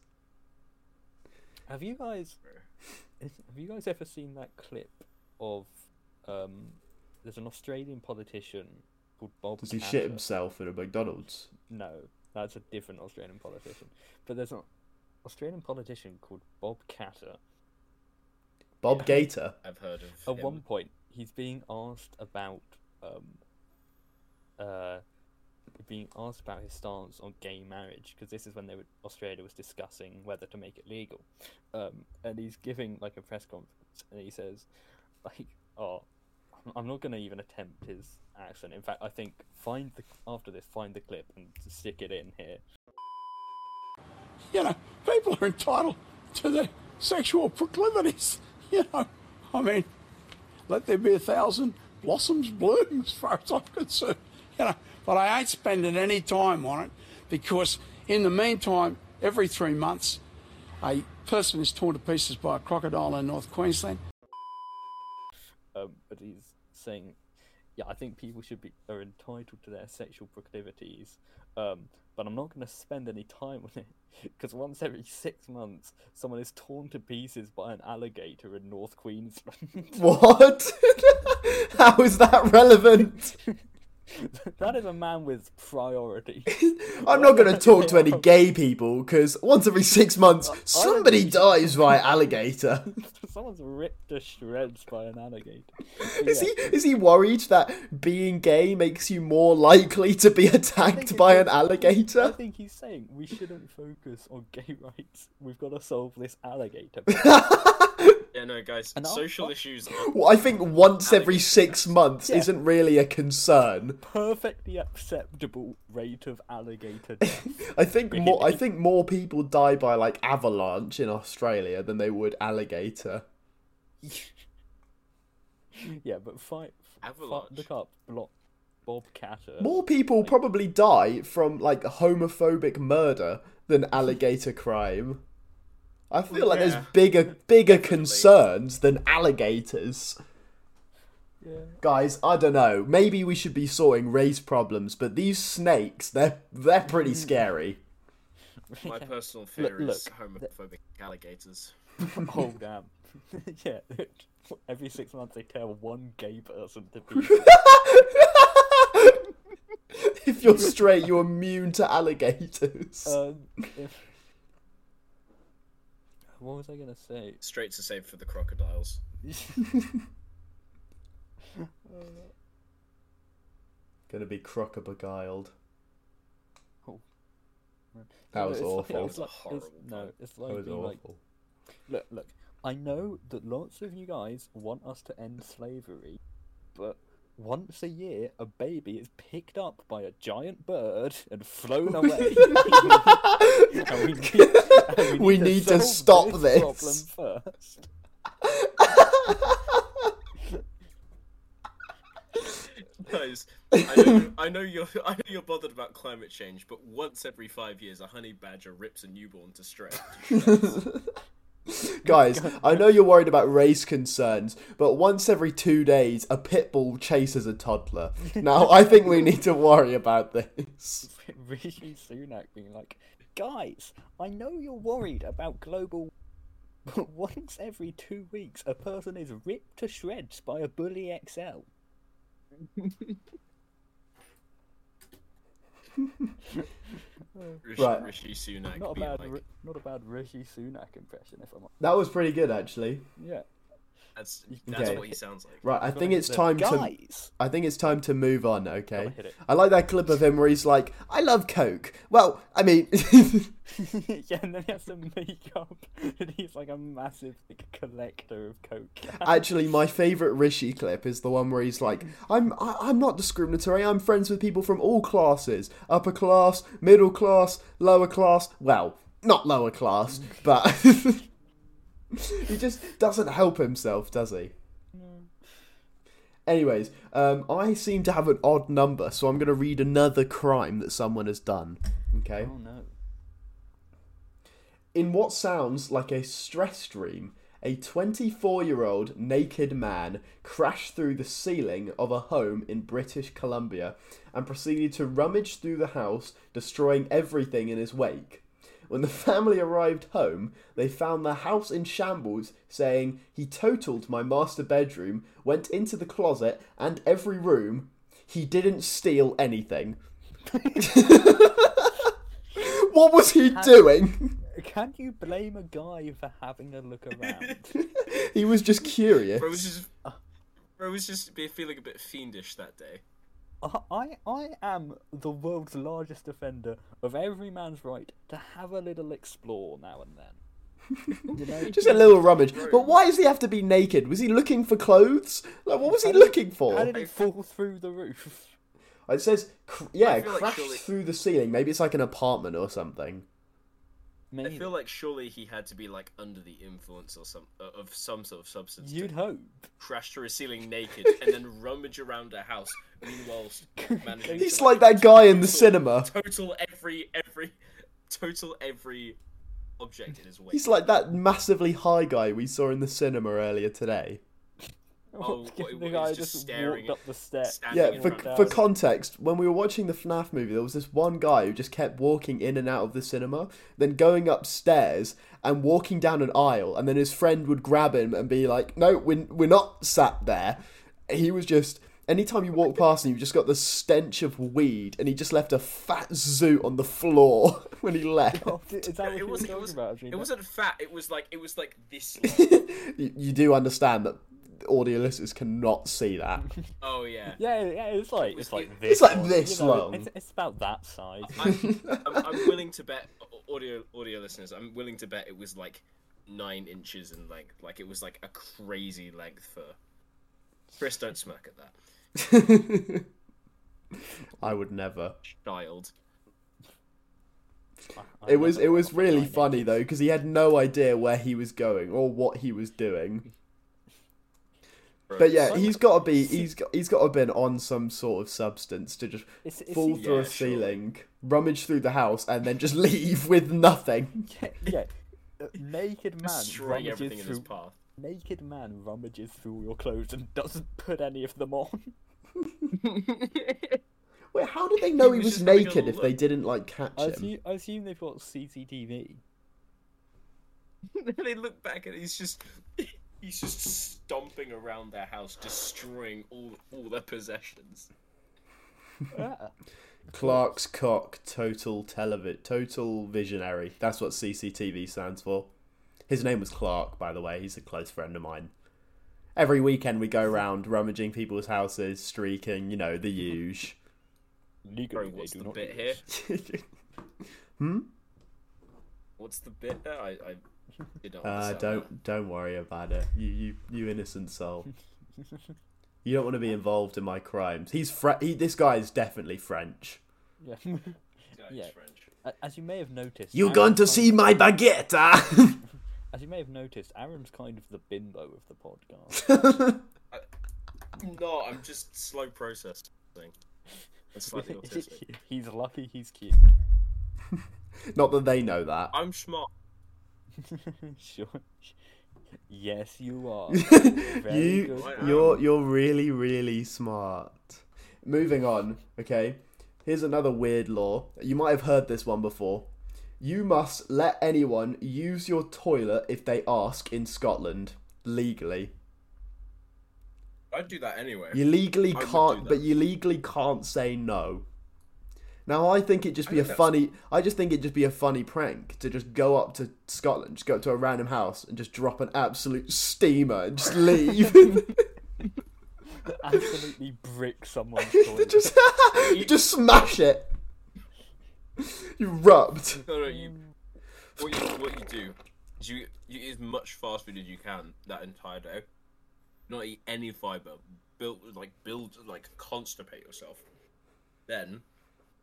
C: Have you guys is- have you guys ever seen that clip of um? There's an Australian politician called Bob.
B: Does he
C: Catter.
B: shit himself in a McDonald's?
C: No, that's a different Australian politician. But there's an Australian politician called Bob Catter.
B: Bob Gator. [LAUGHS]
A: I've heard of.
C: At
A: him.
C: one point, he's being asked about um, uh, being asked about his stance on gay marriage because this is when they were, Australia was discussing whether to make it legal, um, and he's giving like a press conference and he says, like, oh, I'm- I'm not going to even attempt his accent. In fact, I think find the after this, find the clip and stick it in here.
E: you know, people are entitled to their sexual proclivities. [LAUGHS] You know, I mean, let there be a thousand blossoms bloom as far as I'm concerned. You know, but I ain't spending any time on it because in the meantime, every three months, a person is torn to pieces by a crocodile in North Queensland.
C: um, but he's saying yeah, I think people should be are entitled to their sexual proclivities, um, but I'm not going to spend any time on it [LAUGHS] because once every six months, someone is torn to pieces by an alligator in North Queensland. [LAUGHS]
B: What? [LAUGHS] How is that relevant?
C: that is a man with priority. [LAUGHS]
B: I'm not going to talk to any gay people because once every six months, somebody dies by
C: [LAUGHS]
B: alligator. [LAUGHS]
C: Someone's ripped to shreds by an alligator. But
B: Is
C: yeah,
B: he is he worried that being gay makes you more likely to be attacked by an
C: I
B: alligator?
C: think he's saying we shouldn't focus on gay rights. We've got to solve this
B: [LAUGHS]
C: alligator.
A: Yeah, no, guys,
C: And I'll-
A: social
C: I'll- [LAUGHS]
A: issues. Are...
B: Well, I think once every
A: Alligator.
B: six months
C: Yeah.
B: isn't really a concern.
C: perfectly acceptable rate of alligator death.
B: I think more I think more people die by like avalanche in Australia than they would alligator.
C: yeah, but fight.
A: Avalanche.
C: Look up block Bob Catter. [LAUGHS]
B: More people probably die from like homophobic murder than alligator crime. I feel like there's
A: yeah.
B: bigger bigger concerns than alligators.
C: Yeah.
B: Guys, I don't know. Maybe we should be sorting race problems, but these snakes, they're they're pretty scary.
A: My personal fear is
C: look,
A: homophobic alligators. [LAUGHS]
C: Oh damn. [LAUGHS] yeah. Every six months they tell one gay person
B: [LAUGHS]
C: to be.
B: If you're straight, you're immune to alligators.
C: um, if... What was I gonna say?
A: Straights are saved for the
C: [LAUGHS]
A: crocodiles.
B: Gonna be crocker beguiled.
C: Oh. Right.
B: That
C: No,
B: was
C: it's like-
B: awful.
C: it's
A: That
C: like-
A: was
C: it's-
A: horrible.
C: no, it's
B: That
C: like
B: was
C: being like,
B: awful.
C: look, look. I know that lots of you guys want us to end slavery, but once a year, a baby is picked up by a giant bird and [LAUGHS] flown away. and [LAUGHS] we need, and
B: We need to
C: solve
B: stop this.
C: problem first. [LAUGHS]
A: Guys, I know, I know you're [LAUGHS] I know you're bothered about climate change, but once every five years, a honey badger rips a newborn to shreds.
B: Guys, I know you're worried about race concerns, but once every two days, a pit bull chases a toddler. Now, I think we need to worry about this.
C: Rishi Sunak being like, guys, I know you're worried about global. [LAUGHS] But once every two weeks, a person is ripped to shreds by a bully XL.
A: Rishi,
B: Right.
A: Rishi Sunak
C: Not a
A: being
C: bad,
A: like,
C: Ri- not a bad Rishi Sunak impression, if I'm.
B: That was pretty good, actually.
C: Yeah.
A: that's that's
B: Okay.
A: what he sounds like.
B: Right, I think it's
C: The
B: time to.
C: guys. [LAUGHS]
B: I think it's time to move on. Okay.
C: hit it.
B: I like that clip of him where he's like, "I love Coke." Well, I mean, [LAUGHS]
C: yeah, and then he has to make up that he's like a massive like, collector of coke.
B: actually, my favorite Rishi clip is the one where he's like, "I'm I, I'm not discriminatory. I'm friends with people from all classes: upper class, middle class, lower class. Well, not lower class, but [LAUGHS] he just doesn't help himself, does he?" Anyways, um, I seem to have an odd number, so I'm going to read another crime that someone has done. Okay.
C: Oh no.
B: In what sounds like a stress dream, a 24 year old naked man crashed through the ceiling of a home in British Columbia and proceeded to rummage through the house, destroying everything in his wake. When the [LAUGHS] family arrived home, they found the house in shambles, saying, He totaled my master bedroom, went into the closet and every room. He didn't steal anything. [LAUGHS] what was he doing?
C: [LAUGHS] Can you blame a guy for having a look around?
B: He was just curious.
A: Bro was just
C: Uh.
A: Bro was just be feeling a bit fiendish that day.
C: I- I I am the world's largest defender of every man's right to have a little explore now and then. You know,
B: Just a little rummage. But why does he have to be naked? Was he looking for clothes? Like, what was he looking
C: how
B: for?
C: did he fall through the roof?
B: It says, cr- yeah,
A: feel like
B: crashed
A: surely-
B: through the ceiling. Maybe it's like an apartment or something.
A: I
C: Maybe
A: feel like surely he had to be like under the influence or some uh, of some sort of substance. to
C: you'd hope.
A: crash through a
C: [LAUGHS]
A: ceiling naked and then rummage around a house. Meanwhile, managing
B: He's
A: to,
B: like that guy in the cinema.
A: total every every total every object in his way.
B: He's like that massively high guy we saw in the cinema earlier today.
C: [LAUGHS]
A: Oh,
C: Because
A: what,
C: the
A: what,
C: guy
A: he's
C: just,
A: just staring
C: walked
A: at
C: up the steps.
A: standing
B: Yeah,
A: in
B: for,
A: front of
B: for
A: us.
B: context, when we were watching the FNAF movie, there was this one guy who just kept walking in and out of the cinema, then going upstairs and walking down an aisle, and then his friend would grab him and be like, No, we're, we're not sat there. He was just, anytime you walk past him, you just got the stench of weed, and he just left a fat zoot on the floor [LAUGHS] when he left.
C: [LAUGHS] Is that what you
A: it
C: were
A: was
C: talking
A: it was
C: about? Actually,
A: it
C: that-
A: wasn't fat. It was like it was like this.
C: [LAUGHS]
B: you, you do understand that audio listeners cannot see that. [LAUGHS]
A: oh yeah.
C: Yeah, yeah, it's like
A: was-
C: it's like
A: it-
C: this.
B: like
C: long,
B: this
C: you know,
B: long.
C: It's, it's about that size. [LAUGHS]
A: I'm, I'm, I'm willing to bet a- audio audio listeners. I'm willing to bet it was like nine inches in length. Like it was like a crazy length for. Chris, don't smirk at that,
B: I would never.
A: child.
C: I- I
B: It was
C: never
B: it was
C: got
B: really
C: behind it.
B: funny though because he had no idea where he was going or what he was doing. But yeah, he's got to be he's got he's got to been on some sort of substance to just
C: It's- it's
B: fall
C: he-
B: through
A: Yeah,
B: a
A: sure.
B: ceiling, rummage through the house, and then just [LAUGHS] leave with nothing.
C: Yeah, a naked man
A: destroying everything
C: rummages
A: in his
C: through
A: path. [LAUGHS]
C: naked man rummages through all your clothes and doesn't put any of
B: [LAUGHS]
C: them on.
B: Wait, how did they know he,
A: was
B: was,
A: just having a
B: naked if they
A: look.
B: didn't like catch
C: I
B: him?
C: assume, I assume they've got CCTV.
A: they look back and he's just [LAUGHS] he's just stomping around their house, destroying all all their possessions.
C: Yeah.
B: Clark's cock, total televi- total visionary. That's what CCTV stands for. His name was Clark, by the way. He's a close friend of mine. Every weekend we go round rummaging people's houses, streaking, you know, the huge. Uh,
C: Legally,
A: Sorry,
C: they
A: what's
C: do
A: the
C: not.
A: bit
C: do
A: here?
C: this.
A: What's the bit there? I, I did not
B: [LAUGHS] uh,
A: understand that.
B: don't don't worry about it. You you you innocent soul. You don't want to be involved in my crimes. He's Fre- he, this guy is definitely French.
C: [LAUGHS] Yeah. [LAUGHS]
A: This guy's
C: yeah.
A: French.
C: A- As you may have noticed,
B: You
C: Aaron's
B: going to
C: kind-
B: see my baguette? Huh? [LAUGHS]
C: As you may have noticed, Aaron's kind of the bimbo of the podcast.
B: [LAUGHS]
C: [LAUGHS]
A: No, I'm just slow processing. I'm
C: [LAUGHS]
A: slightly autistic.
C: he's lucky he's cute.
B: Not that they know that.
A: I'm smart.
C: [LAUGHS] sure. Yes, you
B: [LAUGHS]
C: are. Very
B: you,
C: good.
A: I
B: you're you're really really smart. Moving on, okay. Here's another weird law. You might have heard this one before. You must let anyone use your toilet if they ask in Scotland legally.
A: I'd do that anyway.
B: You legally
A: I would do
B: can't,
A: that.
B: but you legally can't say no. Now I think it'd just be a
A: think that's-
B: funny. I just think it'd just be a funny prank to just go up to Scotland, just go up to a random house and just drop an absolute steamer and
A: [LAUGHS]
B: just leave. [LAUGHS]
C: Absolutely
B: [LAUGHS]
C: brick someone's
B: You
C: toilet.
B: just, you just smash it. You rubbed.
A: No, no, you.
B: Mm.
A: What you what you do is you you eat as much fast food as you can that entire day. Not eat any fiber. Build like build like constipate yourself. Then,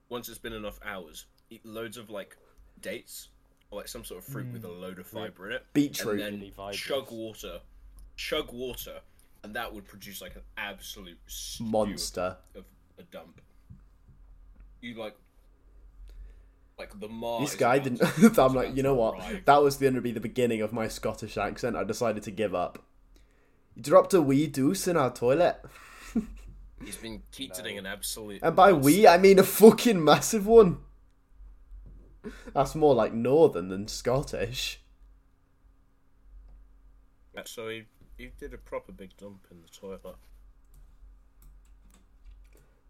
A: once it's been enough hours, eat loads of like dates or like some sort of fruit with a load of fiber in it.
B: Mm. Beetroot.
A: And
C: Really
A: then
C: fibrous.
A: chug water, chug water, and that would produce like an absolute stew of-
B: Monster.
A: of a dump. You like. Like the Mars.
B: This guy didn't. so [LAUGHS] I'm like, you know what? That was going to be the beginning of my Scottish accent. I decided to give up. You dropped a wee deuce in our toilet. [LAUGHS]
A: He's been teetering an absolute.
B: And by wee, I mean a fucking massive one. That's more like northern than Scottish. [LAUGHS]
A: So he, he did a proper big dump in the toilet.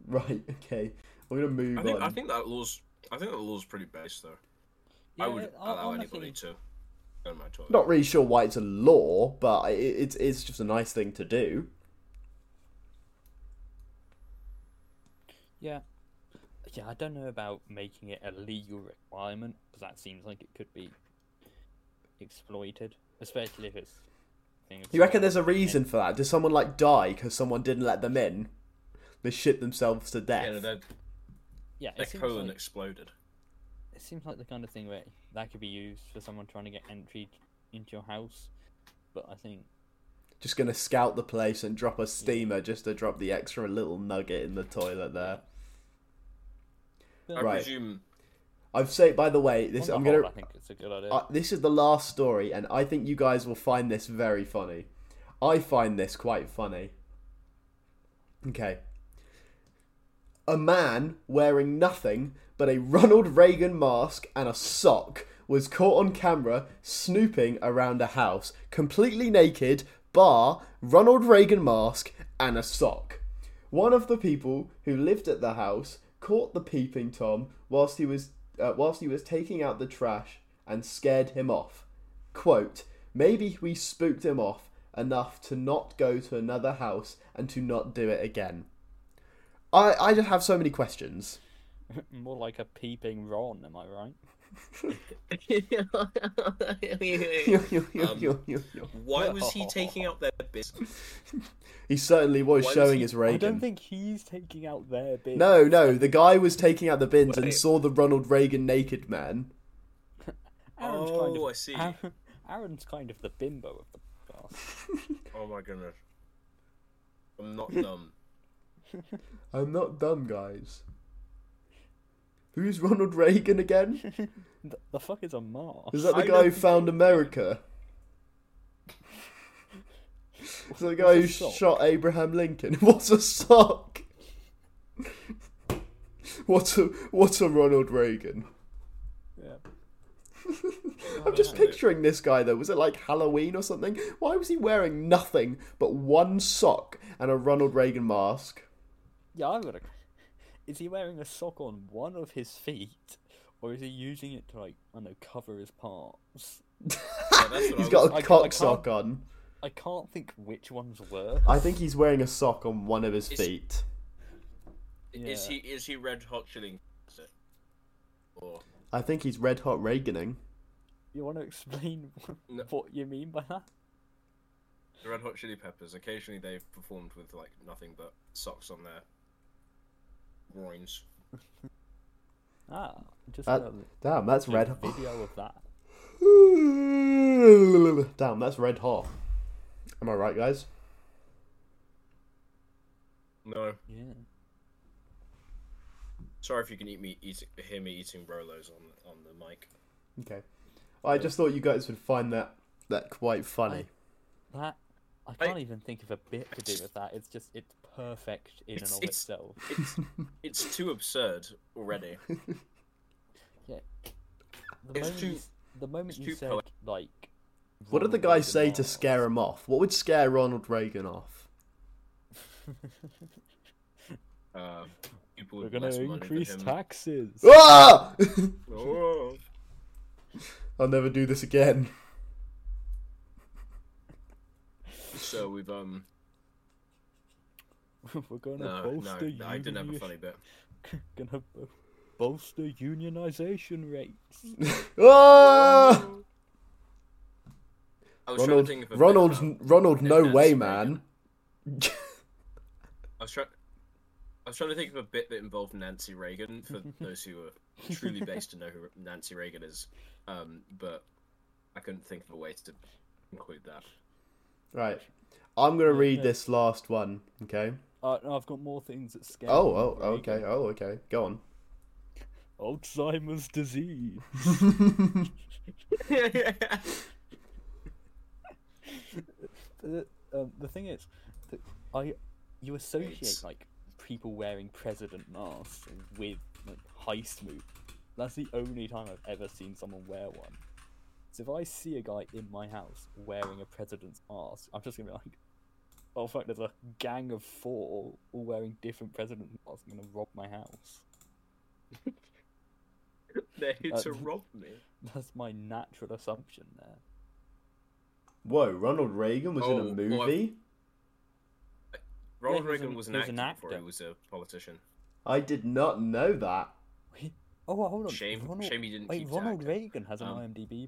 B: Right, okay. We're going to move
A: I think,
B: on.
A: I think that law's I think that law's pretty base though. I
C: Yeah,
A: would
B: Oh,
C: hon-
A: allow
C: honestly,
A: anybody to go in my toilet.
B: Not really sure why it's a law, but it, it's, it's just a nice thing to do.
C: Yeah. Yeah, I don't know about making it a legal requirement because that seems like it could be exploited, especially if it's. thing of-
B: You reckon there's a reason for that? Does someone like die because someone didn't let them in? They shit themselves to death.
A: Yeah, no, their,
C: Yeah,
A: their
C: it seems,
A: colon
C: like,
A: exploded.
C: it seems like the kind of thing where that could be used for someone trying to get entry into your house, but I think
B: Just gonna scout the place and drop a steamer just to drop the extra little nugget in the toilet there.
A: I
B: Right.
C: [LAUGHS]
A: presume
B: I've say by the way,
C: on
B: this
C: the
B: I'm
C: whole,
B: gonna
C: I think it's a good idea.
B: uh, this is the last story, and I think you guys will find this very funny. I find this quite funny. Okay. A man wearing nothing but a Ronald Reagan mask and a sock was caught on camera snooping around a house, completely naked, bar, Ronald Reagan mask, and a sock. One of the people who lived at the house caught the peeping Tom whilst he was uh, whilst he was taking out the trash and scared him off. Quote, maybe we spooked him off enough to not go to another house and to not do it again. I, I just have so many questions.
C: [LAUGHS]
B: [LAUGHS]
C: More like a peeping Ron, am I right?
B: Yo, yo, yo,
A: Um,
B: yo, yo, yo.
A: Why was
B: [LAUGHS]
C: [LAUGHS]
A: he taking out their business?
B: He certainly was
A: Why was
B: showing
A: he-
B: his
C: I
B: Reagan.
C: don't think he's taking out their bit.
B: No, no, the guy was taking out the bins and
A: Wait.
B: saw the Ronald Reagan naked man.
C: Aaron's kind of,
A: Oh, I see.
C: Aaron- Aaron's kind of the bimbo of the cast.
A: Oh my goodness. I'm not [LAUGHS] dumb.
B: I'm not dumb, guys. Who's Ronald Reagan
C: [LAUGHS]
B: again?
C: The, the fuck is a Mars?
B: Is that
A: I
B: the guy
A: know
B: who
A: who
B: found
C: [LAUGHS]
B: America? Is that the guy who
C: a sock?
B: shot Abraham Lincoln? [LAUGHS] What's a sock? [LAUGHS] What's a what's a Ronald Reagan?
C: Yeah. Oh,
B: I'm just picturing this guy though. Was it like Halloween or something? Why was he wearing nothing but one sock and a Ronald Reagan mask?
C: yeah, I would. ag- Is he wearing a sock on one of his feet, or is he using it to like I don't know cover his parts?
A: Yeah, that's what
B: He's
A: I
B: got
A: was-
B: a
C: I- I
B: cock
C: can't-
B: sock on.
C: I can't think which one's worse.
B: I think he's wearing a sock on one of his
A: Is-
B: feet.
A: Is he
C: Yeah.
A: is he red hot chilling? Or
B: I think he's red hot Reaganing.
C: You want to explain [LAUGHS] wh-
A: No.
C: what you mean by that?
A: the Red Hot Chili Peppers. Occasionally, they've performed with like nothing but socks on their groins.
C: Ah, just
B: That-
C: a
B: damn, that's red hot.
C: video of that.
B: [LAUGHS] Damn, that's red hot. Am I right, guys?
A: No,
C: Yeah.
A: sorry if you can eat me eating hear me eating Rolos on on the mic.
B: Okay. I just thought you guys would find that that quite funny.
C: That I can't even think of a bit to do with that. It's just it's perfect in
A: It's-
C: and of
A: it's-
C: itself.
A: It's it's too absurd already.
C: Yeah. The
A: It's
C: moment
A: too-
C: you, s- the moment you
A: too
C: said
A: poet-
C: like
B: what did the
C: Ronald
B: guy
C: Reagan
B: say to
C: Mars, [LAUGHS]
B: scare him off? What would scare Ronald Reagan off?
A: Uh, people
C: We're
A: with
C: gonna
A: less money than
C: increase
A: him.
B: [LAUGHS]
C: taxes. [LAUGHS]
B: Ah!
A: Oh.
B: I'll never do this again.
A: So we've um
C: We're gonna
A: no no,
C: bolster
A: no, I didn't have a
C: union-
A: funny bit.
C: [LAUGHS] gonna bo- bolster unionization rates.
B: Ah!
A: I was trying to
B: Ronald,
A: think of a bit about-
B: Ronald, Ronald, no
A: that's
B: way,
A: Reagan.
B: man.
A: I was trying. I was trying to think of a bit that involved Nancy Reagan
C: [LAUGHS]
A: for those who are truly based to know who Nancy Reagan is, um, but I couldn't think of a way to include that.
B: Right. I'm gonna read this last one, okay?
C: Uh, no, I've got more things that scare.
B: Oh,
C: Ronald
B: oh, okay,
C: Reagan.
B: oh, okay. Go on.
C: Alzheimer's disease. [LAUGHS] the, um, the thing is, that I you associate
A: It's-
C: like people wearing president masks with like heist moves. That's the only time I've ever seen someone wear one. So if I see a guy in my house wearing a president's mask, I'm just gonna be like, "Oh fuck, there's a gang of four all wearing different president's masks. I'm gonna rob my house."
A: They're here to
C: Uh,
A: rob me.
C: That's my natural assumption there.
B: Whoa, Ronald Reagan was in
A: Oh,
B: a
A: oh,
B: movie?
A: Ronald
C: he was
A: Reagan
C: an-
A: was an,
C: he was an
A: actor, before
C: actor.
A: he was a politician.
B: I did not know that.
C: Oh, well, hold on.
A: Shame- shame you didn't
C: Wait,
A: keep to
C: Ronald
A: acting.
C: Reagan has an
A: Um,
C: IMDb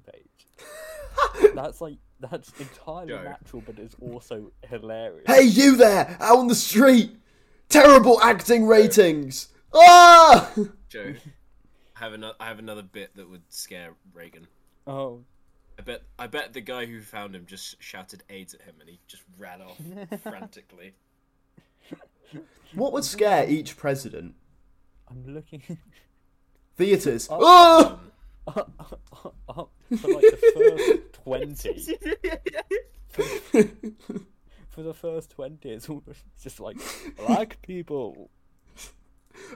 B: [LAUGHS]
C: page. that's like that's
A: [LAUGHS]
C: entirely
A: Joe.
C: natural, but it's also hilarious.
B: Hey, you there, out on the street! Terrible acting ratings! Ah!
C: [LAUGHS]
A: Joe, I have another. I have another bit that would scare Reagan.
C: Oh,
A: I bet. I bet the guy who found him just shouted AIDS at him, and he just ran
C: [LAUGHS]
A: off frantically.
B: [LAUGHS] What would scare each president?
C: I'm looking [LAUGHS]
B: Theatres. Ah!
C: up, up,
B: [LAUGHS]
C: up for like the first twenty. For, for the first twenty, it's all it's just like black people.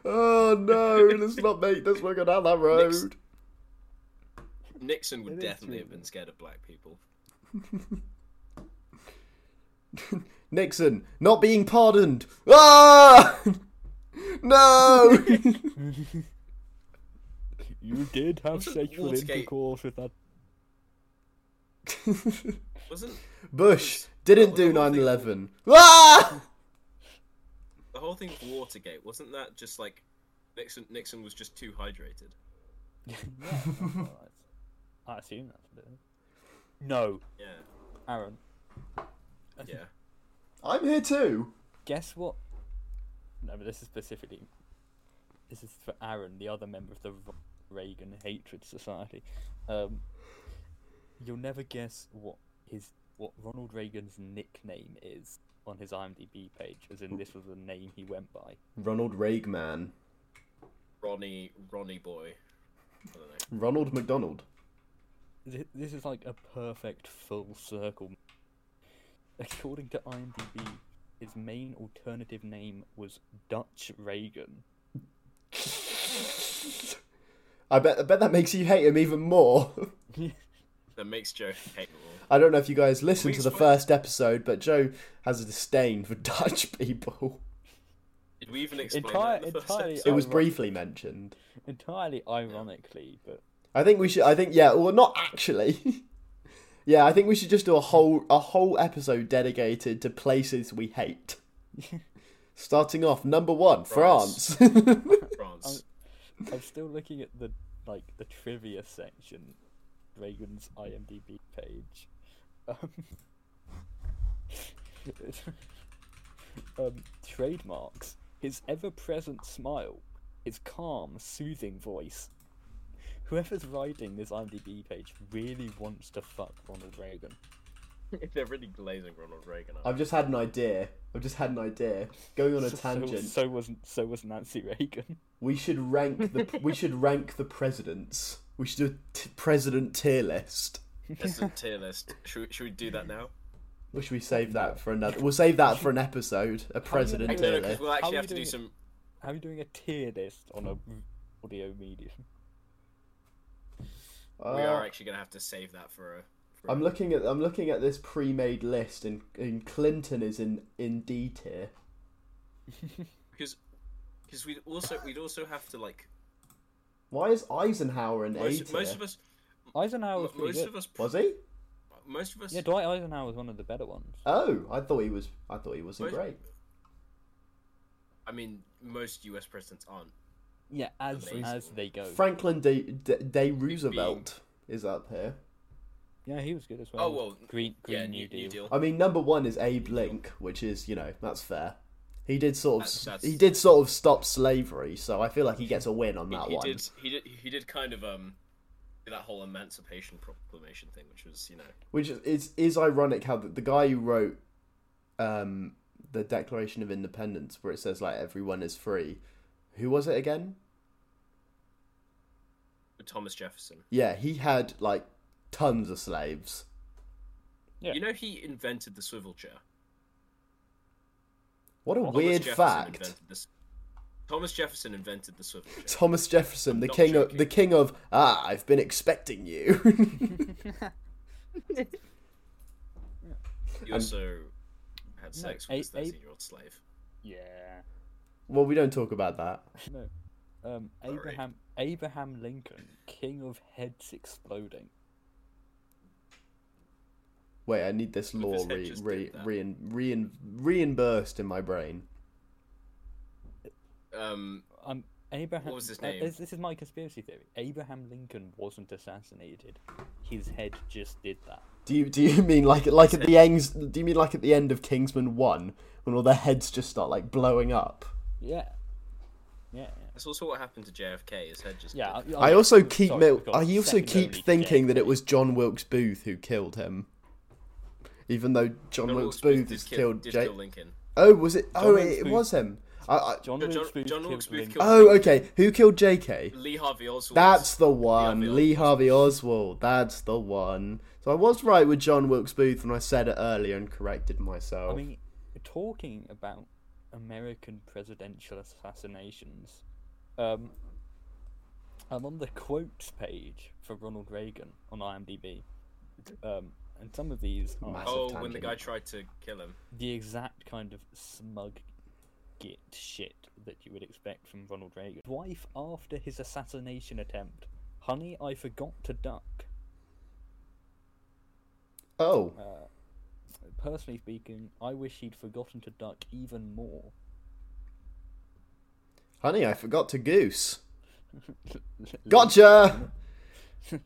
B: Oh no, let's not make this work on that road.
A: Next- Nixon would
C: It is
A: definitely
C: true,
A: have been scared of black people.
B: Nixon not being pardoned. Ah, [LAUGHS] no.
C: You did have
A: Wasn't
C: sexual
A: Watergate-
C: intercourse with that.
A: Wasn't
B: Bush didn't
A: the
B: do
A: whole
B: 9/11. Ah.
A: the whole thing with Watergate? Wasn't that just like Nixon? Nixon was just too hydrated.
C: yeah, well, that's- I assume that's what it is. No,
A: Yeah,
C: Aaron.
B: [LAUGHS]
A: yeah.
B: I'm here too.
C: Guess what? No, but this is specifically. This is for Aaron, the other member of the Ro- Reagan Hatred Society. Um, you'll never guess what his what Ronald Reagan's nickname is on his IMDb page, as in this was the name he went by.
B: Ronald Reagan,
A: Ronnie, Ronnie boy. I don't know.
B: Ronald McDonald.
C: Th- This is like a perfect full circle. According to IMDb, his main alternative name was Dutch Reagan.
B: I bet. I bet that makes you hate him even more. [LAUGHS]
A: That makes Joe hate the law.
B: I don't know if you guys listened to
A: Please
B: the
A: wait.
B: first episode, but Joe has a disdain for [LAUGHS] Dutch people.
A: Did we even explain
C: Entire-
A: that in the first
C: entirely-
B: It
A: episode?
B: was
C: Oh, right.
B: briefly mentioned.
C: Entirely ironically, but
B: I think we should. I think yeah. Well, not actually. [LAUGHS] yeah, I think we should just do a whole a whole episode dedicated to places we hate. [LAUGHS] Starting off number one,
A: France.
B: France. [LAUGHS]
A: France.
C: I'm still looking at the like the trivia section, Reagan's IMDb page. Um, [LAUGHS] um, trademarks: his ever-present smile, his calm, soothing voice. Whoever's writing this IMDb page really wants to fuck Ronald Reagan.
A: [LAUGHS] They're really glazing Ronald Reagan. Up.
B: I've just had an idea. I've just had an idea. Going on a
C: [LAUGHS] So-
B: tangent,
C: So, so was so was Nancy Reagan.
B: we should rank the we should rank the presidents. We should do a t- president tier list.
A: It's a tier list. Should we, should we do that now?
B: Or should we save that for another? We'll save that for an episode. A president
C: doing
A: No,
B: [LAUGHS] tier
A: no, 'cause
B: list.
A: we'll
C: How are
A: actually
C: you
A: have to do
C: doing it?
A: some.
C: How are you doing a tier list on a audio medium?
A: we
B: Uh,
A: are actually gonna have to save that for a. For
B: I'm
A: a-
B: looking at I'm looking at this pre-made list, and, and Clinton is in in D tier.
A: because because we'd also we'd also have to like
B: Why is Eisenhower in A
A: most,
B: tier?
A: most of us
C: Eisenhower was pretty
A: most
C: good.
A: of us
B: Was he?
A: most of us
C: Yeah, Dwight Eisenhower was one of the better ones.
B: Oh, I thought he was. I thought he wasn't
A: Most-
B: great.
A: I mean most U.S. presidents aren't
C: Yeah, as
A: Amazing.
C: as they go.
B: Franklin D. D. D. Roosevelt is up here.
C: yeah, he was good as well.
A: oh well
C: Green Green
A: yeah,
C: New, Deal.
B: I mean, number one is Abe Lincoln, which is you know that's fair. He did sort of
A: That's- that's-
B: he did sort of stop slavery, so I feel like he gets a win on
A: He-
B: that
A: he,
B: one.
A: did he did he did kind of um do that whole Emancipation Proclamation thing which was you know
B: which is is ironic how the, the guy who wrote um the declaration of independence where it says like everyone is free who was it again
A: Thomas Jefferson
B: yeah he had like tons of slaves
C: Yeah.
A: you know he invented the swivel chair
B: what a
A: Thomas
B: weird
A: Jefferson
B: fact
A: invented this- Thomas Jefferson invented the swivel chair
B: thomas jefferson the
A: not
B: king of
A: joking.
B: the king of ah i've been expecting you [LAUGHS]
A: he also had sex with his
C: A- A-
A: 13 year old slave
C: Yeah.
B: well we don't talk about that
C: No. Um,
A: Sorry.
C: Abraham Abraham Lincoln, king of heads exploding.
B: wait i need this law
A: his head
B: re,
A: just
B: re,
A: did that.
B: re, re, reimbursed in my brain
A: um
C: Um, Abraham.
A: What was his
C: [LAUGHS] uh,
A: name?
C: this, this is my conspiracy theory. Abraham Lincoln wasn't assassinated. His head just did that.
B: Do you do you [LAUGHS] mean like like at the ends? Do you mean like at the end of Kingsman One when all their heads just start like blowing up?
C: Yeah. Yeah.
A: that's also what happened to JFK his head just
C: Yeah.
A: did-
C: yeah
B: I also keep
C: sorry,
B: mil-
C: forgot,
B: I also
C: second
B: keep
C: only to
B: thinking that it
C: JFK.
B: was John Wilkes Booth who killed him, even though John
A: John Wilkes
B: Wilkes Booth
A: did
B: has
A: kill-
B: killed.
A: did
B: J-
A: kill Lincoln
B: oh, was it? Oh,
C: Wilkes
B: it, it
C: Booth-
B: was him. I, I,
C: John
A: John-
C: Wilkes Booth
A: John
C: killed
A: Wilkes Booth
C: Lincoln.
A: killed-
B: oh, okay. Who killed J.K.?
A: Lee Harvey Oswald.
B: Oh! That's the one.
A: Harvey
B: Lee Harvey Oswald. That's the one. So I was right with John Wilkes Booth when I said it earlier and corrected myself.
C: I mean, talking about American presidential assassinations, um, I'm on the quotes page for Ronald Reagan on IMDb, um, and some of these are
B: Massive.
A: Oh, when the
B: tangent.
A: guy tried to kill him.
C: the exact kind of smug git shit that you would expect from Ronald Reagan. Wife after his assassination attempt. Honey, I forgot to duck. [LAUGHS]
B: oh,
C: Uh, Personally speaking, I wish he'd forgotten to duck even more.
B: honey, I forgot to
C: [LAUGHS]
B: goose. Gotcha,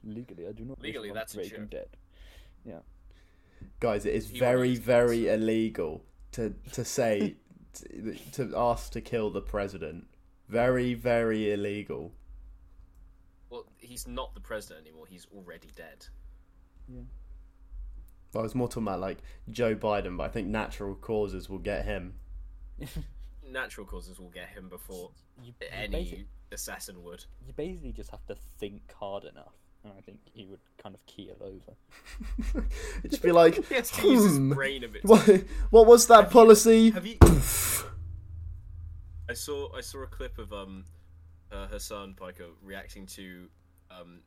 C: Legally, I do not. wish
A: Legally,
C: Ronald
A: that's a
C: Reagan
A: joke.
C: dead. Yeah.
B: guys. It is
A: He
B: very,
A: wants-
B: very illegal to to say to, to ask to kill the president. Very, very illegal.
A: Well, he's not the president anymore. He's already dead.
B: I was more talking about like Joe Biden, but I think natural causes will get him. [LAUGHS]
A: Natural causes will get him before
C: You, you, basi-
A: any assassin
C: [LAUGHS]
A: would.
C: you basically just have to think hard enough, and I think he would kind of keel over.
B: It'd just be like,
C: [LAUGHS]
A: He has to use his
B: "Hmm,
A: brain a bit.
B: what, what was that policy?
A: Have you? I saw I saw a clip of um uh, Hassan Piker reacting to um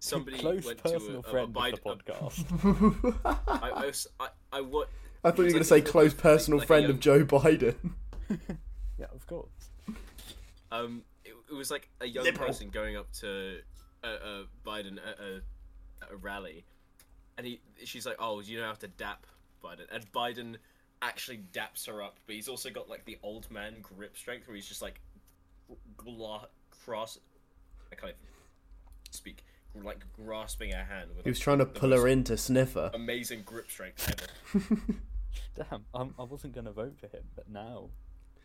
A: somebody
C: Close
A: went
C: personal
A: to a,
C: friend
A: a, a,
C: of the podcast.
A: [LAUGHS] I, I, was- I, I wa-
B: I thought you were
A: It's
B: going
A: like-
B: to say close personal
A: like a
B: friend
A: young-
B: of Joe Biden. [LAUGHS]
C: yeah, of course.
A: um it, it was like a young person going up to uh, uh, Biden at a, at a rally, and he she's like, oh, you know how to dap Biden, and Biden actually daps her up, but he's also got like the old man grip strength where he's just like gla- cross. I can't even speak. Like grasping her hand with
B: He was
A: like,
B: trying to
A: the
B: pull
A: most
B: her into Sniffer.
A: Amazing grip strength ever.
C: Damn, I'm, I wasn't going to vote for him, but now,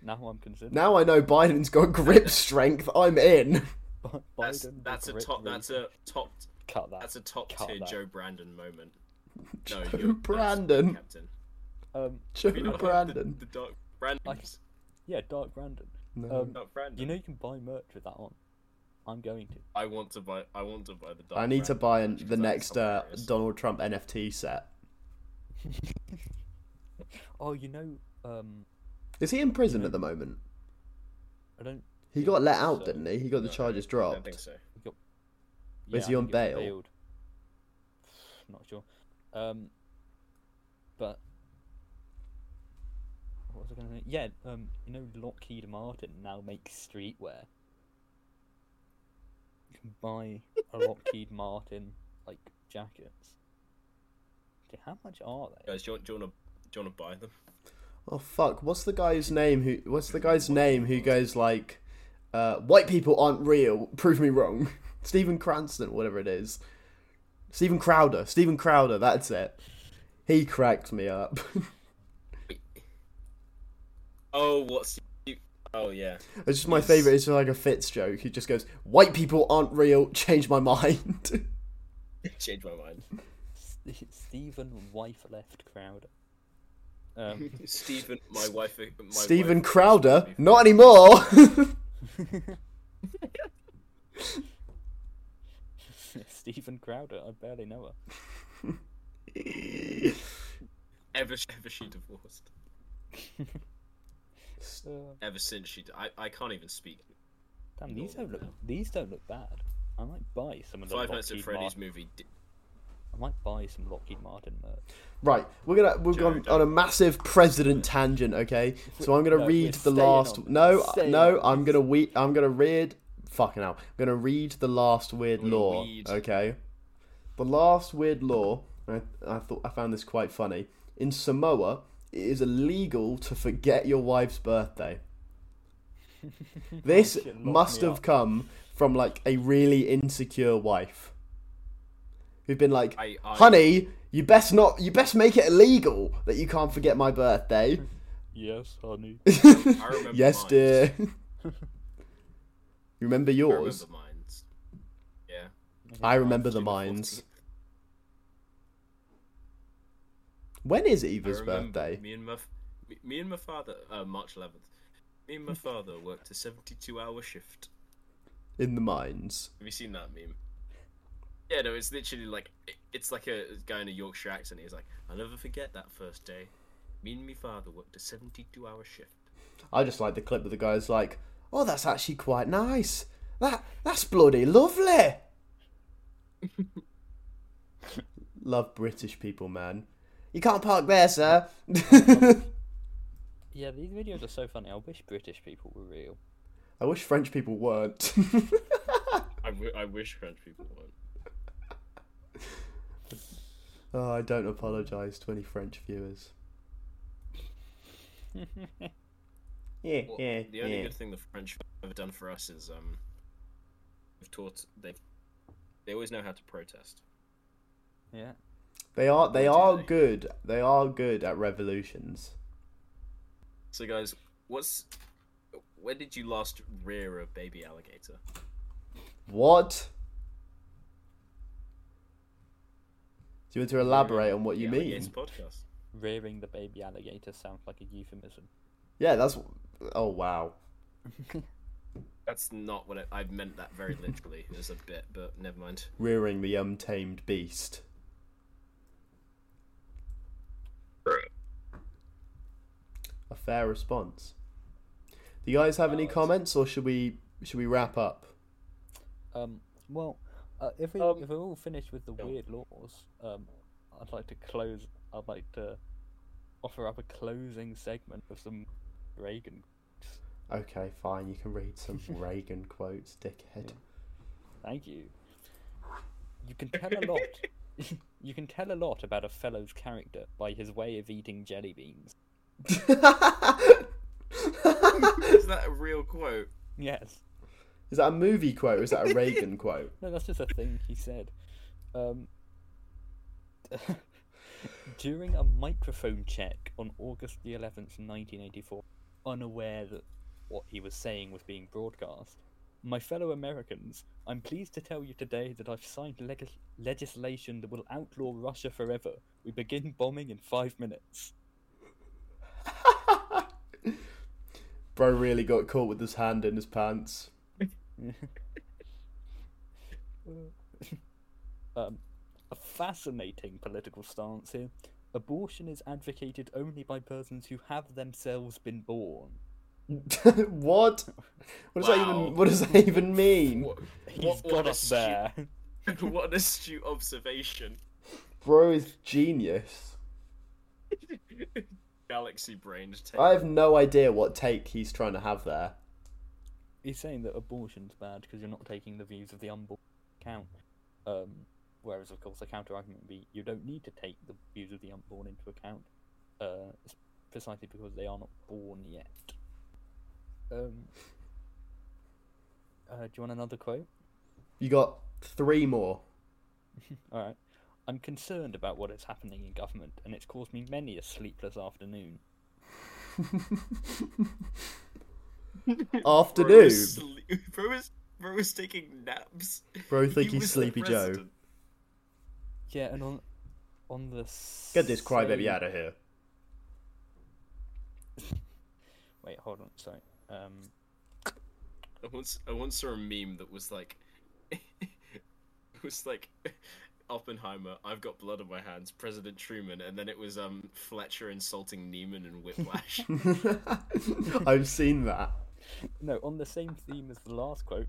C: now I'm considering.
B: Now I know Biden's got grip strength. I'm in. [LAUGHS]
C: Bi- Biden.
A: That's
C: the
A: that's a
C: Great
A: top. That's
C: Reason.
A: a top.
C: cut that.
A: That's a top
C: Cut
A: tier
C: that.
A: Joe Brandon
B: [LAUGHS]
A: moment. No,
B: Joe
A: you're- that's
B: Brandon.
A: Captain.
C: Um,
B: Joe
A: [LAUGHS] You know, like,
B: Brandon.
A: The, the dark Brandon's.
C: yeah, Dark Brandon.
B: No.
C: Um,
A: Dark Brandon.
C: you know you can buy merch with that on. I'm going to.
A: I want to buy. I want to buy the dark.
B: I need to
A: Brandon
B: buy an,
A: merch
B: the
A: 'cause I
B: next
A: think
B: uh,
A: hilarious.
B: Donald Trump NFT set.
C: Oh, you know, um,
B: Is he in prison at the moment?
C: I don't.
B: He got let out, didn't he? He got the charges
A: I don't
B: dropped.
A: think so.
B: Is
C: yeah,
B: he
C: I
B: on
C: think it was
B: bail?
C: bailed. [LAUGHS] Not sure. Um, but what was I going to? Yeah, um, you know, Lockheed Martin now makes streetwear. You can buy
A: [LAUGHS]
C: a Lockheed Martin like jackets. Okay, How much are they? [LAUGHS]
A: Guys, do you want? Do you want to? Do you want to buy them?
B: Oh fuck! What's the guy's name? Who? What's the guy's name? Who goes like, uh, "White people aren't real. Prove me wrong." [LAUGHS] Stephen Cranston, whatever it is. Stephen Crowder. Stephen Crowder. That's it. He cracked me up. [LAUGHS]
A: Oh, what's? You, oh yeah. [LAUGHS]
B: it's just my favorite. It's just like a Fitz joke. He just goes, "White people aren't real. Change my [LAUGHS] mind."
A: Change my
B: [LAUGHS]
A: mind.
C: Stephen Wife Left Crowder. Um,
A: Stephen, my wife. My
B: Stephen
A: wife-
B: Crowder. Not anymore. [LAUGHS]
C: Stephen Crowder. I barely know her.
A: Ever, ever she divorced.
C: Uh,
A: Ever since she. di- I, I can't even speak.
C: damn, these
A: Normal
C: don't look. These don't look bad. I might buy some of the
A: Five Nights at
C: Lockheed
A: Freddy's
C: Martin.
A: movie.
B: [LAUGHS]
A: di-
C: I might buy some Lockheed Martin merch.
B: Right, we're gonna we're going on a massive president tangent, okay? So I'm gonna
C: no, we're
B: read the
C: staying
B: last.
C: on this.
B: No, uh,
C: Staying
B: no,
C: on
B: I'm gonna we I'm gonna read. Fucking hell, I'm gonna read the last weird
A: gonna
B: law,
A: read.
B: okay? The last weird law. I, I thought I found this quite funny. In Samoa, it is illegal to forget your wife's birthday. This
C: shit, lock
B: must
C: me
B: have
C: up.
B: come from like a really insecure wife who've been like,
A: I- I-
B: "Honey, you best not, you best make it illegal that you can't forget
A: [LAUGHS]
B: my birthday."
C: Yes, honey.
A: I remember.
B: yes,
A: mine. [LAUGHS]
B: dear. remember
A: I remember
B: yours?
A: mines. Yeah.
B: I remember the
A: June
B: mines.
A: 14th.
B: When is
A: I
B: Eva's
A: remember
B: birthday?
A: Me and my, f- me- me and my father, uh, March 11th. Me [LAUGHS] and my father worked a 72 hour shift.
B: in the mines.
A: Have you seen that meme? Yeah, no, it's literally like it- it's like a guy in a Yorkshire accent. He's like, "I'll never forget that first day. Me and my father worked a seventy-two hour shift."
B: I just like the clip of the guy's like, "Oh, that's actually quite nice. That that's bloody lovely." [LAUGHS] Love British people, man. You can't park there, sir. [LAUGHS]
C: Yeah, these videos are so funny. I wish British people were real.
B: I wish French people weren't. [LAUGHS]
A: I, w- I wish French people weren't.
B: oh, I don't apologise to any French
A: [LAUGHS]
B: viewers. yeah,
A: Well,
B: yeah,
A: the only
B: yeah.
A: good thing the French have ever done for us is um, they've taught they've they always know how to protest.
C: Yeah.
B: They are they
A: do
B: are
A: they?
B: good. They are good at revolutions.
A: So, guys, what's when did you last rear a baby alligator?
B: What? Do you want to elaborate on what you
A: The Alligators
B: mean?
A: podcast.
C: Rearing the baby alligator sounds like a euphemism.
B: Yeah, that's. Oh wow.
A: That's not what I, I meant. That very literally as a bit, but never mind.
B: Rearing the untamed beast. A fair response. Do you guys have any comments, or should we should we wrap up?
C: Um, well, uh, if, we,
A: Um,
C: if we're all finished with the weird laws, um, I'd like to close. I'd like to offer up a closing segment of some Reagan.
B: Okay, fine. You can read some Reagan quotes, dickhead.
C: Thank you. You can tell a [LAUGHS] lot. you can tell a lot about a fellow's character by his way of eating jelly beans.
A: Is that a real quote?
C: Yes.
B: Is that a movie quote or is that a Reagan quote?
C: No, [LAUGHS] that's just a thing he said. Um, [LAUGHS] during a microphone check on August the 11th, 1984, unaware that what he was saying was being broadcast, my fellow Americans, I'm pleased to tell you today that I've signed legis- legislation that will outlaw Russia forever. We begin bombing in five minutes.
B: Bro really got caught with his hand in his pants.
C: [LAUGHS] um, a fascinating political stance here. Abortion is advocated only by persons who have themselves been born.
B: [LAUGHS] what? What does that
A: Wow.
B: even? What does that even mean,
A: What,
C: He's
A: what- what
C: got
A: an
C: us there.
A: astute- [LAUGHS] what an astute observation. [LAUGHS]
B: bro? Is genius.
A: Galaxy brained. take.
B: I have no idea what take he's trying to have there.
C: He's saying that abortion's bad because you're not taking the views of the unborn account. Um, whereas, of course, the counter argument would be you don't need to take the views of the unborn into account, uh, it's precisely because they are not born yet. Um, uh, do you want another quote?
B: You got three more.
C: [LAUGHS] All right. I'm concerned about what is happening in government, and it's caused me many a sleepless afternoon.
A: Bro
B: Afternoon,
A: is sle- Bro is, bro is taking naps.
B: bro.
A: He
B: Think he's
A: was the
B: Sleepy Joe.
A: president.
C: Yeah, and on on the
B: Get this crybaby
C: same-
B: out of here.
C: Wait, hold on. Sorry. Um,
A: I once I once saw a meme that was like, [LAUGHS] it was like, [LAUGHS] Oppenheimer. I've got blood on my hands. President Truman, and then it was um Fletcher insulting Neiman and Whiplash.
B: [LAUGHS] I've seen that.
C: no, on the same theme as the last quote.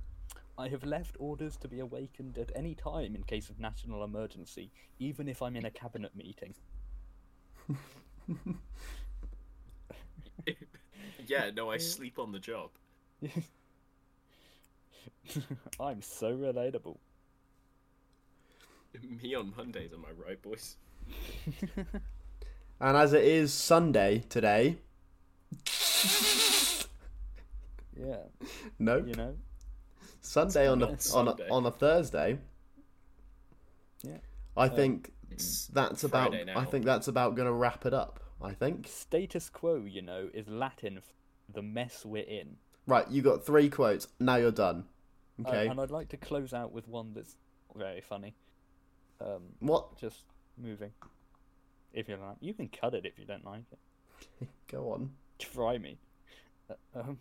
C: I have left orders to be awakened at any time in case of national emergency, even if I'm in a cabinet meeting.
A: yeah, no, I sleep on the job.
C: I'm so relatable.
A: Me on Mondays, am I right, boys?
B: And as it is Sunday today,
C: Yeah,
B: no,
C: you know.
B: Sunday
C: [LAUGHS]
B: on a,
A: It's
B: on a
A: Sunday.
B: on a Thursday.
C: Yeah.
B: I think
A: It's
B: that's about.
A: Friday
B: I
A: now.
B: think that's about gonna wrap it up. I think.
C: Status quo, you know, is Latin for the mess we're in.
B: Right, you got three quotes. Now you're done.
C: Uh,
B: Okay.
C: and I'd like to close out with one that's not very funny. Um,
B: What?
C: just moving. If you like, you can cut it if you don't like it.
B: Go on.
C: Try me. Uh, um,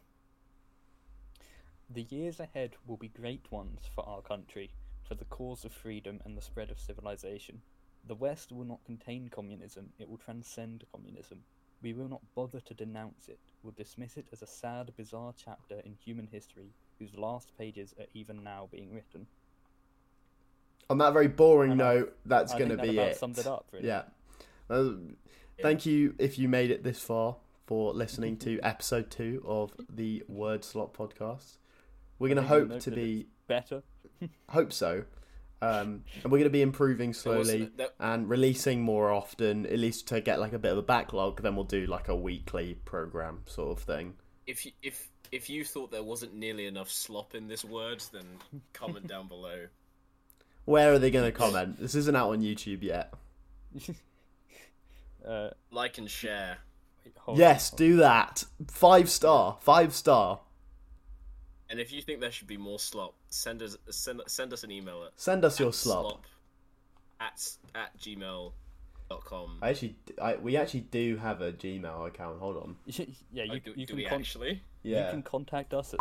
C: The years ahead will be great ones for our country, for the cause of freedom and the spread of civilization. The West will not contain communism, it will transcend communism. We will not bother to denounce it, we'll dismiss it as a sad, bizarre chapter in human history whose last pages are even now being written.
B: On that very boring
C: And I-
B: note, that's
C: I
B: going to
C: think that
B: be
C: about
B: it.
C: summed it up, really.
B: Yeah. Uh, Thank you if you made it this far for listening
C: [LAUGHS]
B: to episode two of the Word Slot podcast. We're going to
C: think you'll
B: hope
C: note
B: to
C: that
B: be
C: it's better.
B: hope so. Um, and we're going to be improving slowly
A: wasn't- that-
B: and releasing more often, at least to get like a bit of a backlog. Then we'll do like a weekly program sort of thing.
A: If you, if if you thought there wasn't nearly enough slop in this word, then comment down below.
B: Where are they
C: [LAUGHS]
B: going to comment? This isn't out on YouTube yet.
C: Uh,
A: Like and share.
C: wait, hold on,
B: Yes,
C: hold
B: do that. Five star, five star.
A: And if you think there should be more slop, send us send send us an email at
B: Send us your
A: at
B: slop.
A: at at gmail.com.
B: I actually, I, we actually do have a Gmail account. Hold on.
C: on. [LAUGHS] yeah, you,
A: Oh, do,
C: you
A: do
C: can
A: we
C: con-
A: actually?
B: Yeah.
C: You can contact us at,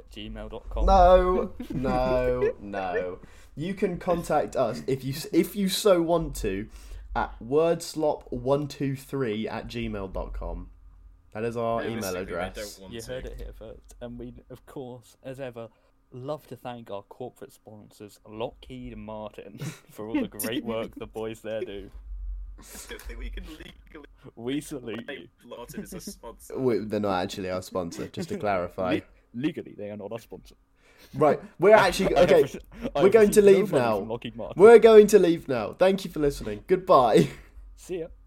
C: [LAUGHS] at gmail.com.
A: [LAUGHS]
B: No, no, no. You can contact us if you if you so want to at wordslop123 at gmail.com. That is our email
A: Realistically, they
B: address.
A: don't want
C: You
A: to. [LAUGHS]
C: heard it here first. And we, of course, as ever, love to thank our corporate sponsors, Lockheed Martin, for all the great work the boys there do.
A: I don't think we can legally
C: We salute
A: say
C: you.
A: Martin is a sponsor.
B: Wait, they're not actually our sponsor, just
A: [LAUGHS]
B: to clarify.
C: Le- legally, they are not our sponsor.
B: right,
C: [LAUGHS]
B: we're actually okay.
C: rece- I have
B: We're going to
C: received
B: leave
C: no money from
B: now.
C: Lockheed Martin.
B: We're going to leave now. Thank you for listening. Goodbye. [LAUGHS]
C: See ya.